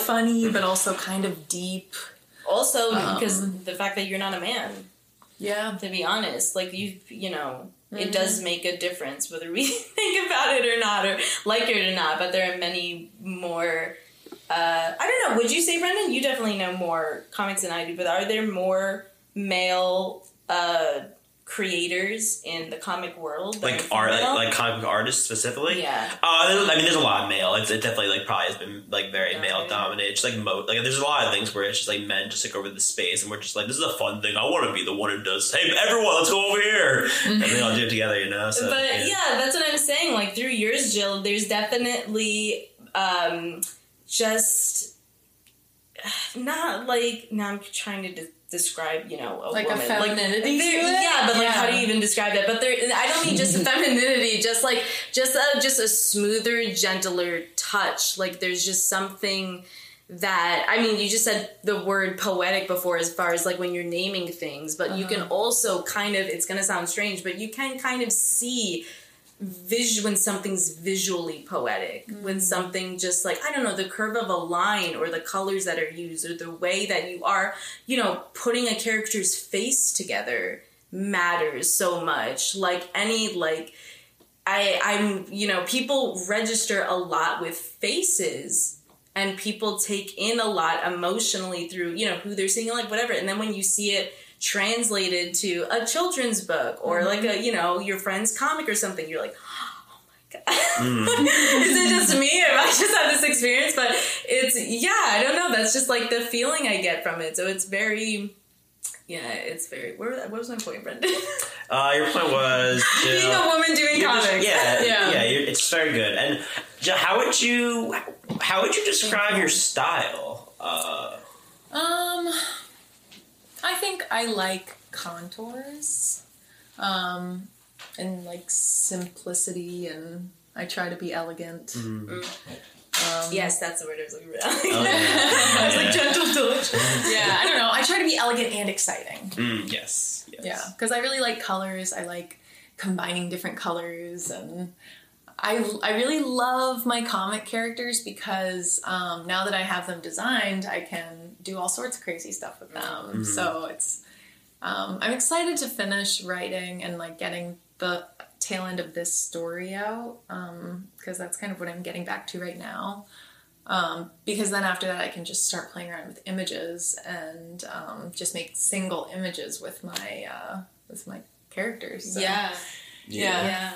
Speaker 4: funny, but also kind of deep.
Speaker 2: Also,
Speaker 4: Um,
Speaker 2: because the fact that you're not a man,
Speaker 4: Yeah,
Speaker 2: to be honest, like you, you know, it does make a difference whether we think about it or not, or like it or not. But there are many more. Uh, I don't know. Would you say, Brendan? You definitely know more comics than I do. But are there more male uh, creators in the comic world? than
Speaker 1: Like art, like,
Speaker 2: female?
Speaker 1: like comic artists specifically.
Speaker 2: yeah.
Speaker 1: Uh, there's- I mean, there's a lot of male. It's it definitely like probably has been like very
Speaker 2: Yeah.
Speaker 1: male dominated. Just like mo, like there's a lot of things where it's just like men just take over the space, and we're just like, this is a fun thing. I want to be the one who does. Hey, everyone, let's go over here, and they all do it together, you know. So,
Speaker 2: but yeah. that's what I'm saying. Like through yours, Jill, there's definitely um, just not like now I'm trying to de- describe, you know, a
Speaker 4: like
Speaker 2: woman.
Speaker 4: a
Speaker 2: like
Speaker 4: femininity.
Speaker 2: there-
Speaker 4: to it?
Speaker 2: yeah, but like how do you even describe that? But there, I don't mean just femininity, just like just a just a smoother, gentler touch. Like there's just something that I mean, you just said the word poetic before, as far as like when you're naming things, but you
Speaker 4: Uh-huh.
Speaker 2: can also kind of it's gonna sound strange, but you can kind of see visual when something's visually poetic when something just like i don't know the curve of a line or the colors that are used or the way that you are you know putting a character's face together matters so much like any like i i'm you know people register a lot with faces and people take in a lot emotionally through you know who they're seeing like whatever and then when you see it translated to a children's book or like a you know your friend's comic or something you're like oh my god
Speaker 1: Mm.
Speaker 2: is it just me or have i just had this experience but it's yeah i don't know that's just like the feeling i get from it so it's very yeah it's very where, what was my point brendan
Speaker 1: uh, your point was Jill,
Speaker 2: being a woman doing
Speaker 1: you're just-
Speaker 2: comics
Speaker 1: yeah, yeah,
Speaker 4: Yeah.
Speaker 1: you're, it's very good. And Jill, how would you how would you describe your style? Uh,
Speaker 4: Um, I think I like contours, um, and like simplicity, and I try to be elegant. Um,
Speaker 2: yes that's the word i was looking for
Speaker 1: oh, yeah.
Speaker 2: i was like gentle touch
Speaker 4: yeah. I don't know. I try to be elegant and exciting.
Speaker 1: Mm, yes, yes.
Speaker 4: Yeah, because I really like colors. I like combining different colors, and I I really love my comic characters because um, now that I have them designed, I can do all sorts of crazy stuff with them. So it's um, I'm excited to finish writing and like getting the tail end of this story out because that's kind of what I'm getting back to right now. Um, because then after that, I can just start playing around with images and um, just make single images with my uh, with my characters. So
Speaker 2: yeah
Speaker 4: Yeah.
Speaker 2: yeah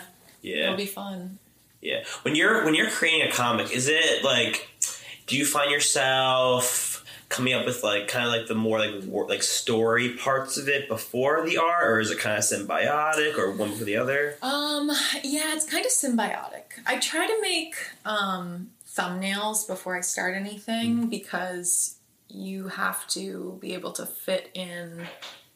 Speaker 1: yeah.
Speaker 4: it'll be fun.
Speaker 1: Yeah. When you're when you're creating a comic, is it like do you find yourself coming up with like kind of like the more like war, like story parts of it before the art or is it kind of symbiotic or one for the other?
Speaker 4: Um, yeah, it's kind of symbiotic. I try to make um, thumbnails before I start anything because you have to be able to fit in,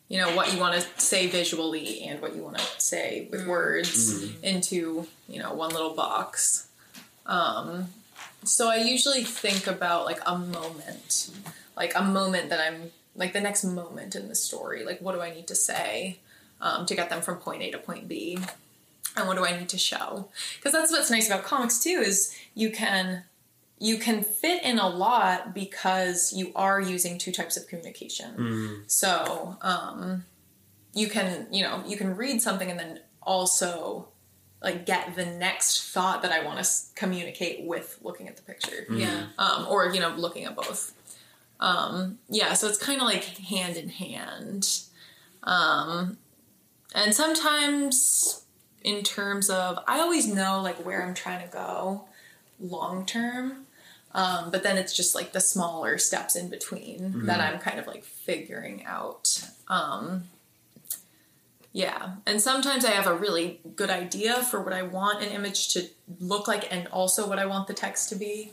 Speaker 4: you know, what you want to say visually and what you want to say with words into, you know, one little box. Um, so I usually think about like a moment, like a moment that I'm like the next moment in the story. Like, what do I need to say um, to get them from point A to point B? and what do I need to show? Because that's what's nice about comics too is you can you can fit in a lot because you are using two types of communication. So um, you can you know you can read something and then also like get the next thought that I want to s- communicate with looking at the picture
Speaker 2: yeah
Speaker 4: um, or you know looking at both um, yeah so it's kind of like hand in hand um, and sometimes in terms of i always know like where i'm trying to go long term um, but then it's just like the smaller steps in between that i'm kind of like figuring out um, yeah and sometimes i have a really good idea for what i want an image to look like and also what i want the text to be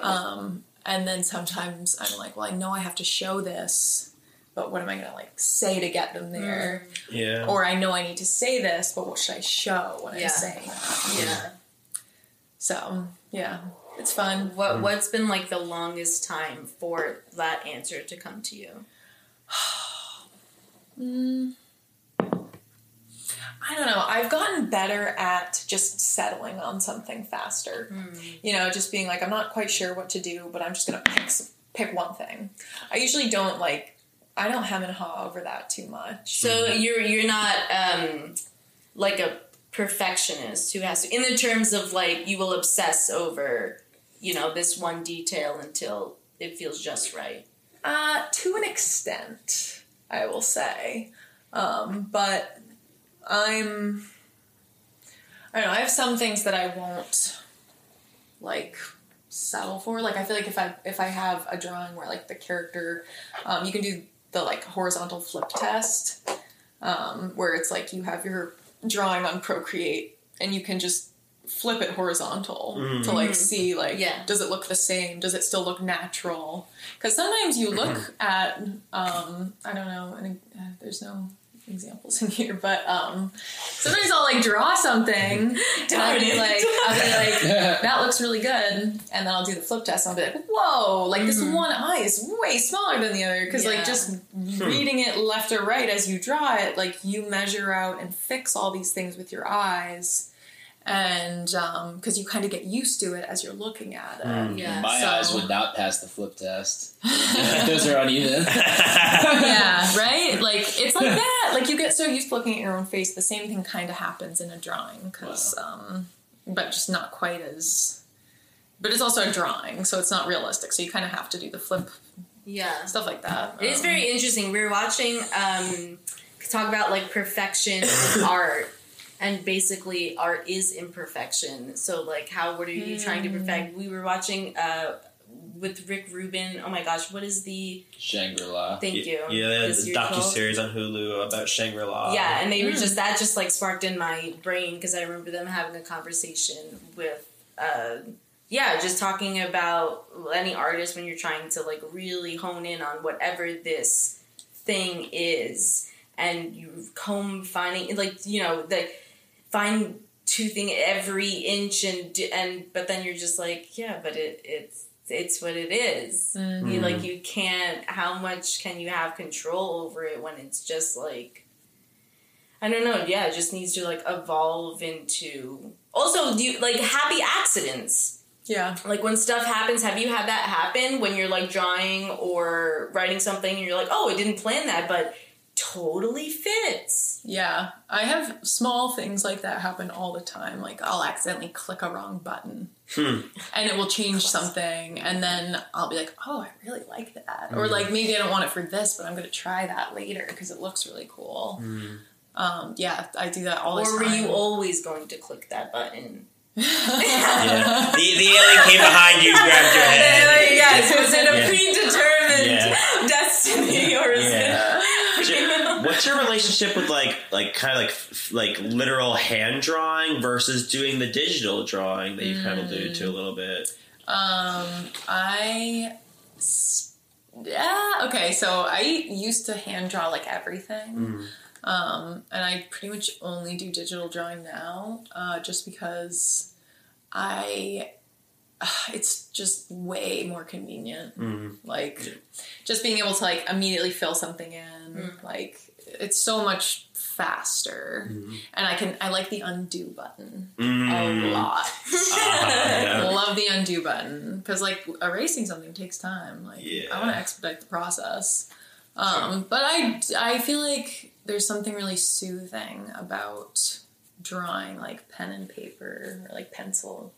Speaker 4: um, and then sometimes I'm like, well, I know I have to show this, but what am I gonna like say to get them there?
Speaker 1: Yeah.
Speaker 4: Or I know I need to say this, but what should I show when
Speaker 2: Yeah.
Speaker 4: I'm saying? that?
Speaker 2: yeah
Speaker 4: So yeah, it's fun.
Speaker 1: Mm.
Speaker 2: What what's been like the longest time for that answer to come to you?
Speaker 4: Mm. I don't know. I've gotten better at just settling on something faster. You know, just being like, I'm not quite sure what to do, but I'm just gonna pick s- pick one thing. I usually don't like. I don't hem and haw over that too much.
Speaker 2: So you're you're not um, like a perfectionist who has to in the terms of like you will obsess over you know this one detail until it feels just right.
Speaker 4: Uh, to an extent, I will say. Um, but I'm. I don't know. I have some things that I won't like settle for. Like I feel like if I if I have a drawing where like the character, um, you can do the like horizontal flip test, um, where it's like you have your drawing on Procreate and you can just flip it horizontal to like see like
Speaker 2: Mm-hmm. Yeah.
Speaker 4: does it look the same? Does it still look natural? Because sometimes you look at um, I don't know. Any, uh, there's no examples in here, but um, sometimes I'll like draw something and I'll be
Speaker 2: Darn it.
Speaker 4: like, I'll be like that looks really good. And then I'll do the flip test and I'll be like, whoa, like this one eye is way smaller than the other. Because,
Speaker 2: Mm-hmm. Yeah.
Speaker 4: like, just
Speaker 1: Hmm.
Speaker 2: Hmm.
Speaker 4: reading it left or right as you draw it, like, you measure out and fix all these things with your eyes. And because you kind of get used to it as you're looking at it.
Speaker 2: Yeah.
Speaker 3: My
Speaker 4: So-
Speaker 3: eyes would not pass the flip test. Those are uneven.
Speaker 4: yeah, right? Like it's like that. Like you get so used to looking at your own face, the same thing kind of happens in a drawing cuz um but just not quite as but it's also a drawing, so it's not realistic. So you kind of have to do the flip
Speaker 2: Yeah.
Speaker 4: stuff like that.
Speaker 2: It is
Speaker 4: Um,
Speaker 2: very interesting. We were watching um, talk about like perfection in art, and basically art is imperfection. So like, how what are you trying to perfect? We were watching uh, with Rick Rubin. Oh my gosh, what is the?
Speaker 3: Shangri La.
Speaker 2: Thank you.
Speaker 1: Yeah, they had
Speaker 2: this
Speaker 1: a
Speaker 2: year
Speaker 1: docu
Speaker 2: called?
Speaker 1: series on Hulu about Shangri La.
Speaker 2: Yeah, and they were just that just like sparked in my brain because I remember them having a conversation with, uh, yeah, just talking about any artist when you're trying to like really hone in on whatever this thing is, and you comb finding like you know the fine toothing every inch and d- and but then you're just like yeah, but it it's it's what it is.
Speaker 4: Um, mm.
Speaker 2: You like
Speaker 1: Mm.
Speaker 2: you can't how much can you have control over it when it's just like I don't know, yeah, it just needs to like evolve into also do you like happy accidents.
Speaker 4: yeah.
Speaker 2: Like when stuff happens, have you had that happen when you're like drawing or writing something and you're like, "Oh, I didn't plan that, but totally fits."
Speaker 4: Yeah. I have small things like that happen all the time. Like I'll accidentally click a wrong button.
Speaker 1: Hmm.
Speaker 4: And it will change something, and then I'll be like, "Oh, I really like that," or like maybe I don't want it for this, but I'm gonna try that later because it looks really cool. Um, yeah, I do that all the
Speaker 2: Or were
Speaker 4: time.
Speaker 2: you always going to click that button?
Speaker 1: Yeah. The, the alien came behind you, grabbed your head.
Speaker 2: yes, was it a
Speaker 1: Yeah.
Speaker 2: predetermined
Speaker 1: Yeah.
Speaker 2: destiny or is it
Speaker 1: Yeah. Ju- What's your relationship with like like kind of like f- like literal hand drawing versus doing the digital drawing that you kind of alluded
Speaker 4: Mm.
Speaker 1: to a little bit?
Speaker 4: Um, I s- yeah okay. So I used to hand draw like everything, um, and I pretty much only do digital drawing now, uh, just because I it's just way more convenient. Like just being able to like immediately fill something in, like it's so much faster, and I can I like the undo button
Speaker 1: Mm. Mm-hmm.
Speaker 4: a lot.
Speaker 1: Ah, yeah.
Speaker 4: Love the undo button because like erasing something takes time. Like I want
Speaker 1: Yeah.
Speaker 4: to expedite the process, um, but I I feel like there's something really soothing about drawing like pen and paper or like pencil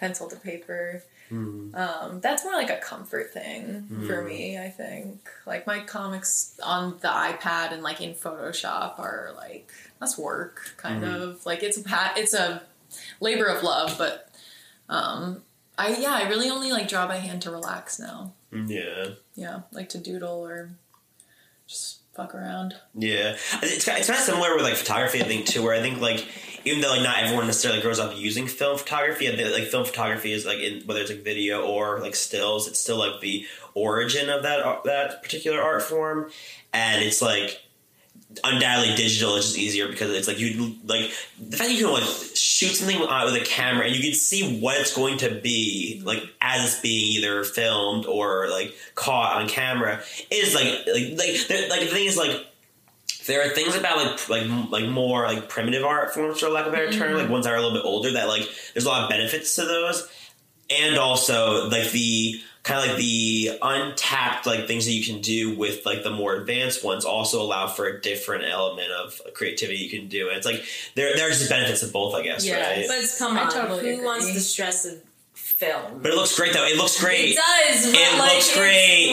Speaker 4: pencil to paper.
Speaker 1: Mm.
Speaker 4: Um, that's more like a comfort thing for me. I think like my comics on the iPad and like in Photoshop are like that's work kind of like it's a pat it's a labor of love, but um, I yeah, I really only like draw by hand to relax now.
Speaker 1: Yeah.
Speaker 4: Yeah, like to doodle or just fuck around.
Speaker 1: Yeah, it's, it's kind of similar with like photography, I think too. Where I think like even though like not everyone necessarily grows up using film photography, I think, like film photography is like in, whether it's like video or like stills, it's still like the origin of that ar- that particular art form, and it's like undoubtedly digital is just easier because it's like you like the fact that you can like shoot something uh, with a camera and you can see what it's going to be like as it's being either filmed or like caught on camera is like like like, the- like the thing is like there are things about like p- like m- like more like primitive art forms for lack of a better term
Speaker 2: Mm-hmm.
Speaker 1: like ones that are a little bit older that like there's a lot of benefits to those and also like the kind of like the untapped like things that you can do with like the more advanced ones also allow for a different element of creativity you can do and it's like there there are just benefits of both I guess
Speaker 4: Yeah,
Speaker 1: right but,
Speaker 2: But come
Speaker 4: I
Speaker 2: on,
Speaker 4: totally
Speaker 2: who
Speaker 4: agree.
Speaker 2: wants the stress of film?
Speaker 1: it looks great though it looks
Speaker 2: It
Speaker 1: great
Speaker 2: does. But
Speaker 1: It
Speaker 2: like,
Speaker 1: looks
Speaker 2: it's-
Speaker 1: great.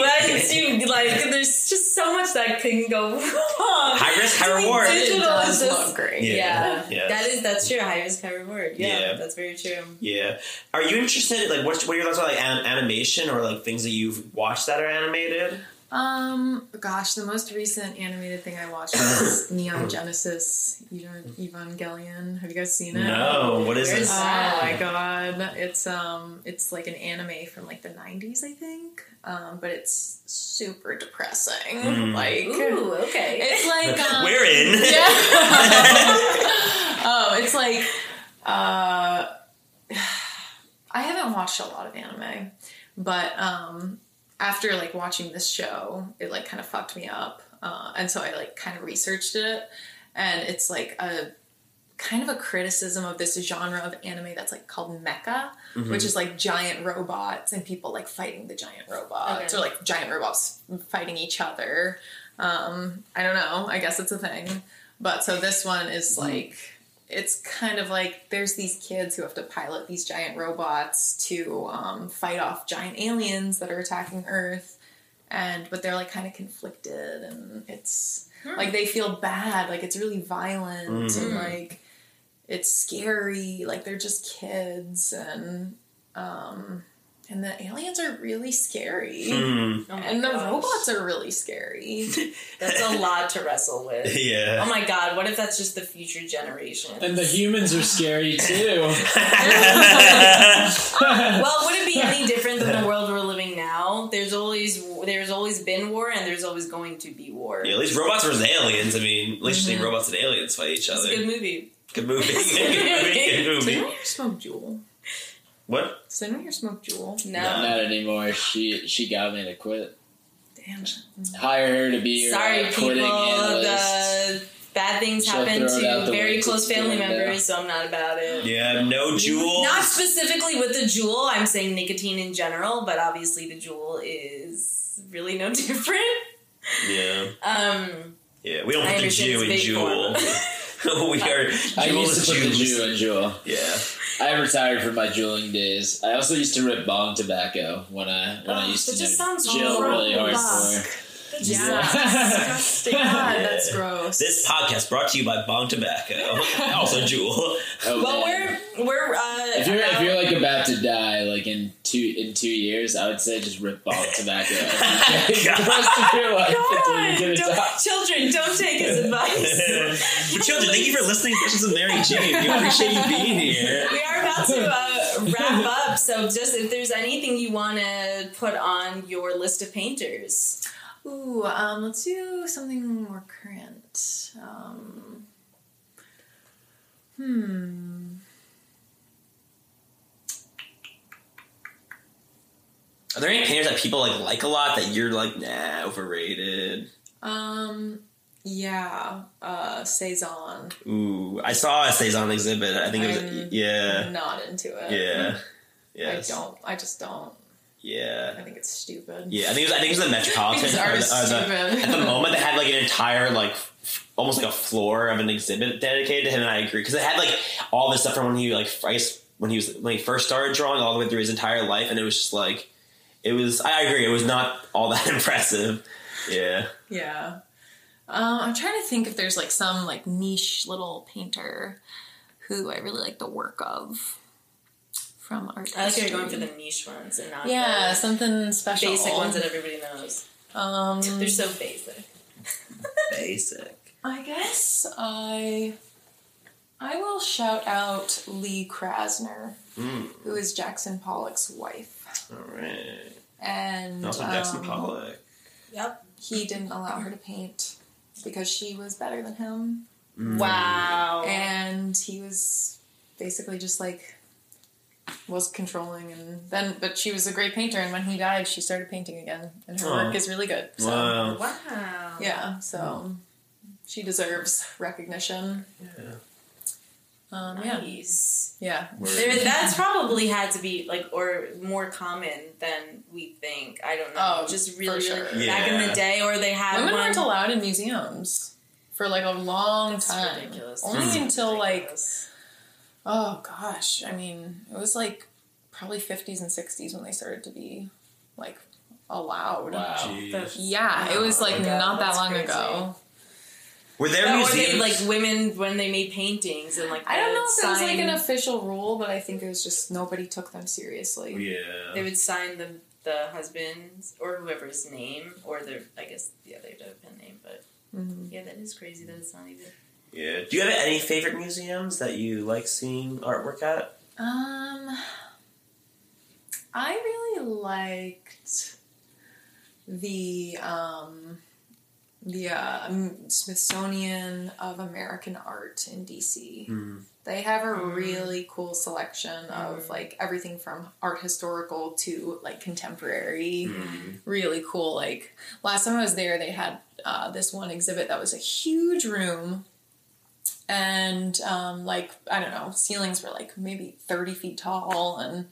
Speaker 2: When it's you, like, there's just so much that can go wrong. High
Speaker 1: risk, high reward.
Speaker 2: Digital
Speaker 4: It does
Speaker 2: is just-
Speaker 4: look great.
Speaker 1: Yeah.
Speaker 2: yeah.
Speaker 1: Yeah.
Speaker 2: that is that's true. High risk, high reward. Yeah,
Speaker 1: Yeah.
Speaker 2: that's very true.
Speaker 1: Yeah. Are you interested? Like, what what are your thoughts on like an- animation or like things that you've watched that are animated?
Speaker 4: Um, gosh, the most recent animated thing I watched was Neon Genesis Evan- Evangelion. Have you guys seen it?
Speaker 1: What is
Speaker 2: There's-
Speaker 1: this?
Speaker 4: Oh my god, it's um, it's like an anime from like the '90s, I think. Um, but it's super depressing.
Speaker 1: Mm.
Speaker 4: Like,
Speaker 2: Ooh, okay.
Speaker 4: it's like um,
Speaker 1: We're in.
Speaker 4: yeah. um, it's like uh, I haven't watched a lot of anime, but um, after like watching this show, it like kind of fucked me up, uh, and so I like kind of researched it, and it's like a kind of a criticism of this genre of anime that's like called mecha which is like giant robots and people like fighting the giant robots
Speaker 2: Okay.
Speaker 4: or like giant robots fighting each other um, I don't know. I guess it's a thing. But so this one is like, it's kind of like there's these kids who have to pilot these giant robots to um, fight off giant aliens that are attacking Earth. And, but they're like kind of conflicted and it's
Speaker 2: Hmm.
Speaker 4: like they feel bad. Like it's really violent and
Speaker 1: Mm.
Speaker 4: like it's scary. Like they're just kids and, um, and the aliens are really scary.
Speaker 1: Hmm.
Speaker 2: Oh my
Speaker 4: And the
Speaker 2: gosh.
Speaker 4: robots are really scary.
Speaker 2: That's a lot to wrestle with. Oh
Speaker 1: Yeah.
Speaker 2: my god, what if that's just the future generation?
Speaker 3: And the humans are scary too.
Speaker 2: Well, would it be any different than the world we're living now? There's always there's always been war and there's always going to be war.
Speaker 1: Yeah, at least robots versus aliens. I mean, at least you see robots and aliens fight each
Speaker 2: It's
Speaker 1: other.
Speaker 2: a good movie.
Speaker 1: Good movie. good movie. Good
Speaker 4: Does
Speaker 1: movie.
Speaker 4: anyone here smoke Juul?
Speaker 1: What?
Speaker 4: Does anyone here smoke Juul?
Speaker 2: No.
Speaker 1: No.
Speaker 3: Not anymore. She she got me to quit.
Speaker 4: Damn.
Speaker 3: Hire her to be your
Speaker 2: Sorry,
Speaker 3: uh,
Speaker 2: people.
Speaker 3: quitting analyst.
Speaker 2: The bad things
Speaker 3: She'll
Speaker 2: happen
Speaker 3: throw it out
Speaker 2: to
Speaker 3: the
Speaker 2: very
Speaker 3: window.
Speaker 2: close family
Speaker 3: Yeah.
Speaker 2: members, so I'm not about it.
Speaker 1: Yeah. No jewel.
Speaker 2: Not specifically with the jewel. I'm saying nicotine in general, but obviously the jewel is really no different.
Speaker 1: Yeah.
Speaker 2: Um,
Speaker 1: Yeah. We don't
Speaker 2: I
Speaker 1: put the
Speaker 2: understand it's
Speaker 1: Jew in
Speaker 2: big
Speaker 1: jewel. we are
Speaker 3: I
Speaker 1: jewel
Speaker 3: used
Speaker 1: is
Speaker 3: to put the
Speaker 1: Jews.
Speaker 3: Jew in Jewel.
Speaker 1: Yeah.
Speaker 3: I retired from my jeweling days. I also used to rip bong tobacco when I when I
Speaker 2: Ugh,
Speaker 3: used
Speaker 2: Oh, that
Speaker 3: to
Speaker 2: just
Speaker 3: do
Speaker 2: sounds
Speaker 3: jail really hard
Speaker 2: horrible.
Speaker 3: for. Yeah.
Speaker 4: Yeah.
Speaker 3: Oh,
Speaker 4: Disgusting. God, that's gross.
Speaker 1: This podcast brought to you by Bong Tobacco, also Jewel.
Speaker 3: Oh,
Speaker 2: Well,
Speaker 3: man.
Speaker 2: we're we're uh,
Speaker 3: if you're if
Speaker 2: about-
Speaker 3: you're like about to die like in two in two years, I would say just rip bong tobacco. every day. the rest of your life until
Speaker 2: God,
Speaker 3: you get a
Speaker 2: don't,
Speaker 3: job.
Speaker 2: children, don't take his advice.
Speaker 1: But children, thank you for listening. This is Mary Jane. We appreciate you being here.
Speaker 2: we are about to uh, wrap up, so just if there's anything you want to put on your list of painters,
Speaker 4: Ooh, um, let's do something more current. Um, hmm.
Speaker 1: Are there any painters that people like like a lot that you're like nah overrated?
Speaker 4: Um, yeah. Uh, Saison.
Speaker 1: Ooh, I saw a Cezanne exhibit. I think it was
Speaker 4: I'm-
Speaker 1: yeah,
Speaker 4: I'm not into it.
Speaker 1: Eh. yeah, yes,
Speaker 4: I Um, uh, don't. I just don't.
Speaker 1: yeah.
Speaker 4: I think it's stupid.
Speaker 1: Yeah, I think it was, I think it was the Metropolitan.
Speaker 4: Because
Speaker 1: or
Speaker 4: art is
Speaker 1: the- or the-
Speaker 4: stupid.
Speaker 1: at the moment, they had like an entire like f- almost like a floor of an exhibit dedicated to him, and I agree because they had like all this stuff from when he like I guess when he was when he first started drawing all the way through his entire life, and it was just like it was. I agree, it was not all that impressive. Yeah,
Speaker 4: Yeah. Um, I'm trying to think if there's like some like niche little painter who I really like the work of from art.
Speaker 2: I like how you're
Speaker 4: history.
Speaker 2: going for the niche ones and not
Speaker 4: yeah
Speaker 2: the
Speaker 4: something special
Speaker 2: basic ones that everybody knows.
Speaker 4: um
Speaker 2: They're so basic.
Speaker 1: basic.
Speaker 4: I guess I I will shout out Lee Krasner
Speaker 1: Mm,
Speaker 4: who is Jackson Pollock's wife
Speaker 1: all right.
Speaker 4: and
Speaker 1: Also, Jackson
Speaker 4: um,
Speaker 1: Pollock.
Speaker 2: Yep.
Speaker 4: he didn't allow her to paint because she was better than him
Speaker 1: Mm.
Speaker 2: Wow.
Speaker 4: and he was basically just like was controlling and then but she was a great painter and when he died she started painting again and her
Speaker 1: Oh.
Speaker 4: work is really good so
Speaker 1: Wow.
Speaker 2: wow.
Speaker 4: yeah so She deserves recognition.
Speaker 1: Yeah.
Speaker 4: Um, yeah.
Speaker 2: Nice.
Speaker 4: Yeah.
Speaker 2: There, that's probably had to be like, or more common than we think. I don't know.
Speaker 4: Oh,
Speaker 2: just really,
Speaker 4: for
Speaker 2: really
Speaker 1: sure.
Speaker 2: back in
Speaker 1: Yeah.
Speaker 2: the day, or they had
Speaker 4: Women
Speaker 2: one.
Speaker 4: weren't allowed in museums for like a long
Speaker 2: That's
Speaker 4: time.
Speaker 2: ridiculous.
Speaker 4: Only
Speaker 2: That's
Speaker 4: until like
Speaker 2: ridiculous.
Speaker 4: oh gosh, I mean it was like probably 50s and 60s when they started to be like allowed.
Speaker 3: Wow.
Speaker 1: Jeez.
Speaker 4: Yeah, it was like
Speaker 2: Oh my God,
Speaker 4: not that
Speaker 2: that's
Speaker 4: long
Speaker 2: crazy.
Speaker 4: ago.
Speaker 1: Were there
Speaker 2: Or they,
Speaker 1: museums?
Speaker 2: like women when they made paintings and like
Speaker 4: I don't know if
Speaker 2: they
Speaker 4: it
Speaker 2: would
Speaker 4: was like
Speaker 2: sign-
Speaker 4: an official rule, but I think it was just nobody took them seriously.
Speaker 2: they
Speaker 1: yeah.
Speaker 2: would sign the the husband's or whoever's name or their I guess yeah they'd have a pen name but yeah that is crazy that it's not even
Speaker 1: Yeah. Do you have any favorite museums that you like seeing artwork at?
Speaker 4: Um, I really liked the um, the uh, M- Smithsonian of American Art in DC.
Speaker 1: Mm.
Speaker 4: They have a
Speaker 2: Mm.
Speaker 4: really cool selection of like everything from art historical to like contemporary. Really cool. Like last time I was there, they had uh, this one exhibit that was a huge room, and um, like I don't know, ceilings were like maybe thirty feet tall, and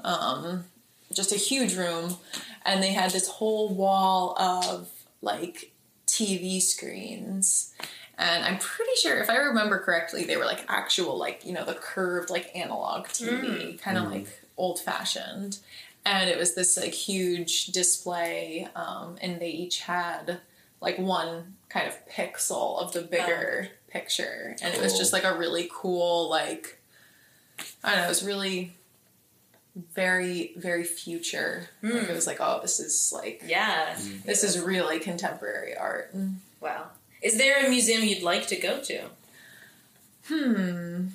Speaker 4: um, just a huge room, and they had this whole wall of like TV screens. And I'm pretty sure, if I remember correctly, they were like actual, like, you know, the curved, like analog TV, kind of like old fashioned. And it was this like huge display, um, and they each had like one kind of pixel of the bigger picture. And it was
Speaker 1: Cool.
Speaker 4: just like a really cool, like, I don't know, it was really very, very future. Like, it was like, oh, this is like,
Speaker 2: yeah
Speaker 1: Mm-hmm.
Speaker 4: this is really contemporary art.
Speaker 2: wow is there a museum you'd like to go to
Speaker 4: Hmm.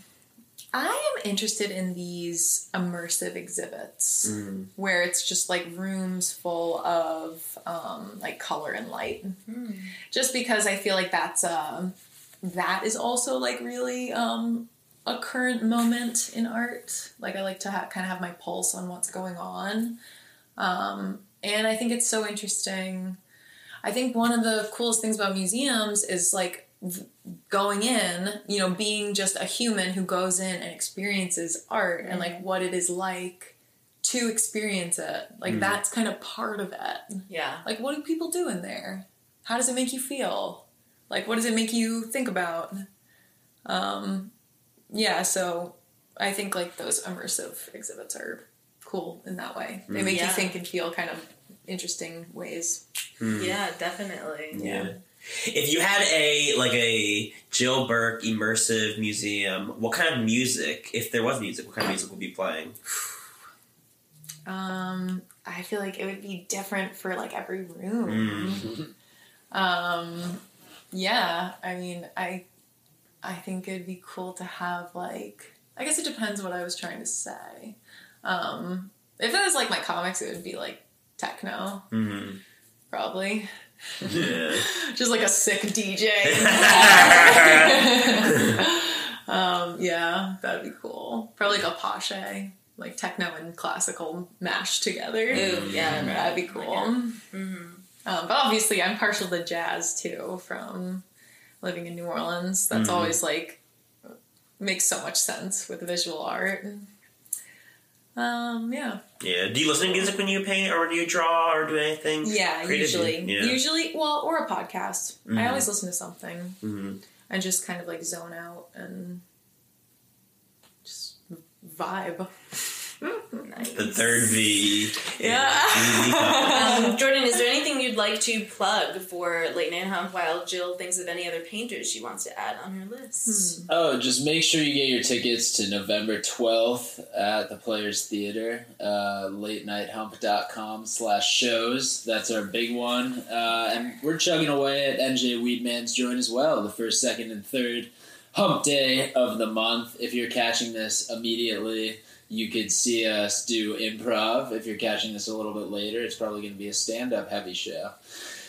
Speaker 4: I am interested in these immersive exhibits
Speaker 1: Mm.
Speaker 4: where it's just like rooms full of um, like color and light. Just because I feel like that's um that is also like really um, a current moment in art. Like I like to ha- kind of have my pulse on what's going on, um, and I think it's so interesting. I think one of the coolest things about museums is like going in, you know, being just a human who goes in and experiences art and like what it is like to experience it. Like that's kind of part of it.
Speaker 2: yeah
Speaker 4: Like what do people do in there? How does it make you feel? Like what does it make you think about? Um yeah, so I think like those immersive exhibits are cool in that way. They make you
Speaker 2: Yeah.
Speaker 4: think and feel kind of interesting ways.
Speaker 1: Mm.
Speaker 2: yeah definitely
Speaker 1: Yeah. If you had a like a Jill Burke immersive museum, what kind of music, if there was music, what kind of music would be playing?
Speaker 4: Um I feel like it would be different for like every room.
Speaker 1: Mm.
Speaker 4: Um, yeah, I mean, I, I think it'd be cool to have like. I guess it depends what I was trying to say. Um, if it was like my comics, it would be like techno,
Speaker 1: Mm.
Speaker 4: probably.
Speaker 1: Yeah.
Speaker 4: Just like a sick DJ. um, yeah, that'd be cool. Probably like a Pache, like techno and classical mashed together.
Speaker 2: Ooh,
Speaker 1: Mm-hmm.
Speaker 2: yeah Mm-hmm.
Speaker 4: That'd be cool. Um, but obviously, I'm partial to jazz too from living in New Orleans. That's
Speaker 1: Mhm.
Speaker 4: always like makes so much sense with visual art. Um, yeah,
Speaker 1: yeah. Do you listen to music when you paint, or do you draw, or do anything?
Speaker 4: yeah.
Speaker 1: creative?
Speaker 4: Usually,
Speaker 1: Yeah.
Speaker 4: usually, well, or a podcast. I
Speaker 1: Mhm.
Speaker 4: always listen to something
Speaker 1: Mhm.
Speaker 4: and just kind of like zone out and just vibe.
Speaker 2: nice.
Speaker 1: The third V.
Speaker 4: Yeah.
Speaker 2: um, Jordan, is there anything you'd like to plug for Late Night Hump while Jill thinks of any other painters she wants to add on her list?
Speaker 3: Oh, just make sure you get your tickets to November 12th at the Players Theater, uh, latenighthumpcom slash shows. That's our big one. Uh, and we're chugging away at NJ Weedman's Joint as well, the first, second, and third hump day of the month. If you're catching this immediately, you could see us do improv. If you're catching this a little bit later, it's probably going to be a stand up heavy show.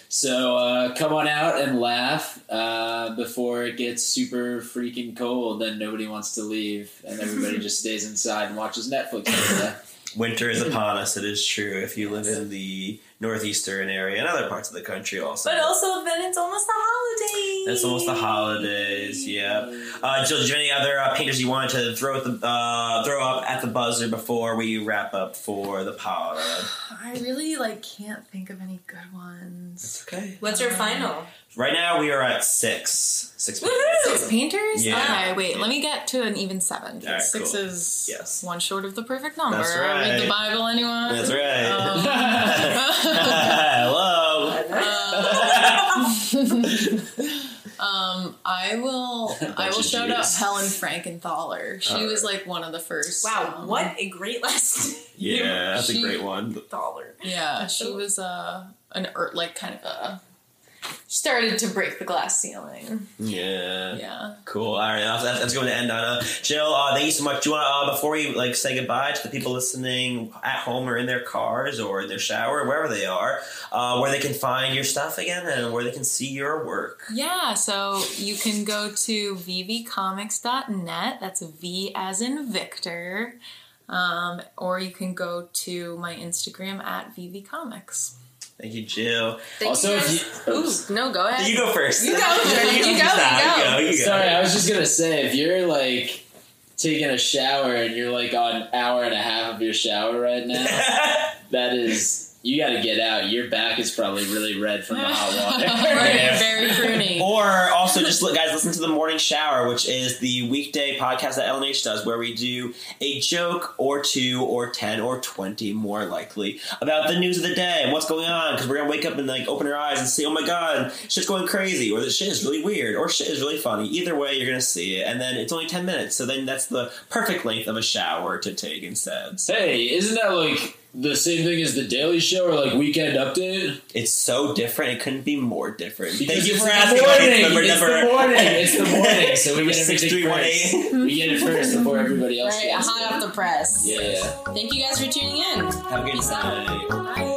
Speaker 3: So uh, come on out and laugh uh, before it gets super freaking cold. Then nobody wants to leave, and everybody just stays inside and watches Netflix. all day.
Speaker 1: Winter is upon us. It is true. If you live in the northeastern area and other parts of the country also.
Speaker 2: But also, then it's almost the holidays.
Speaker 1: That's almost the holidays. Yeah. Uh, Jill, do you have any other uh, painters you wanted to throw at the uh, throw up at the buzzer before we wrap up for the pod?
Speaker 4: I really like can't think of any good ones.
Speaker 1: Okay.
Speaker 2: What's your final?
Speaker 1: Right now we are at six. Six.
Speaker 2: Woohoo!
Speaker 4: Six painters?
Speaker 1: Yeah.
Speaker 4: Alright, wait, let me get to an even seven.
Speaker 1: Alright,
Speaker 4: Six
Speaker 1: cool.
Speaker 4: is
Speaker 1: Yes.
Speaker 4: one short of the perfect number.
Speaker 1: That's
Speaker 4: Read
Speaker 1: right.
Speaker 4: the Bible, anyone?
Speaker 1: That's right.
Speaker 3: Oh.
Speaker 4: Um,
Speaker 1: Hello.
Speaker 2: Uh,
Speaker 4: um, I will. I will
Speaker 1: Bunch of
Speaker 4: shout out
Speaker 1: Jews.
Speaker 4: Helen Frankenthaler. She
Speaker 1: Alright.
Speaker 4: was like one of the first.
Speaker 2: Wow,
Speaker 4: um,
Speaker 2: what a great last
Speaker 1: Yeah, that's a
Speaker 4: She-
Speaker 1: great one.
Speaker 2: dollar.
Speaker 4: Yeah, she was uh, an er, like kind of a. She started to break the glass ceiling.
Speaker 1: Yeah.
Speaker 4: Yeah.
Speaker 1: Cool. All right, that's, that's going to end on. Uh, Jill, uh, thank you so much. Do you want to, uh, before we like say goodbye to the people listening at home or in their cars or in their shower, wherever they are, uh, where they can find your stuff again and where they can see your work.
Speaker 4: Yeah, so you can go to vvcomics.net. That's V as in Victor. Um, or you can go to my Instagram at vvcomics.
Speaker 1: Thank you, Jill.
Speaker 4: Thank
Speaker 3: also,
Speaker 4: you
Speaker 3: if
Speaker 4: guys-
Speaker 3: you, oops.
Speaker 4: Ooh, no, go ahead.
Speaker 1: You go first.
Speaker 4: You go, you go, you go.
Speaker 1: You go.
Speaker 3: sorry, I was just gonna say if you're like taking a shower and you're like on an hour and a half of your shower right now, that is you got to get out. Your back is probably really red from the hot water.
Speaker 1: Yeah.
Speaker 4: very, very fruity.
Speaker 1: Or also just look, guys, listen to the morning shower, which is the weekday podcast that LNH does, where we do a joke or two or ten or twenty, more likely, about the news of the day and what's going on. Because we're gonna wake up and like open our eyes and see, oh my god, shit's going crazy, or this shit is really weird, or shit is really funny. Either way, you're gonna see it, and then it's only ten minutes, so then that's the perfect length of a shower to take instead.
Speaker 3: hey, isn't that like the same thing as the Daily Show or like Weekend Update?
Speaker 1: It's so different; it couldn't be more different. Thank
Speaker 3: Because
Speaker 1: you
Speaker 3: it's
Speaker 1: for
Speaker 3: the
Speaker 1: asking.
Speaker 3: morning,
Speaker 1: audience member
Speaker 3: it's
Speaker 1: number-
Speaker 3: the morning, it's the morning, so we
Speaker 1: Number
Speaker 3: get everything
Speaker 1: six three one
Speaker 3: first.
Speaker 1: eight.
Speaker 3: We get it first before everybody else.
Speaker 4: Right,
Speaker 3: gets
Speaker 4: hot
Speaker 3: it.
Speaker 4: off the press.
Speaker 3: Yeah.
Speaker 4: Thank you guys for tuning in.
Speaker 1: Have a good
Speaker 4: Peace out.
Speaker 1: night.
Speaker 4: Bye.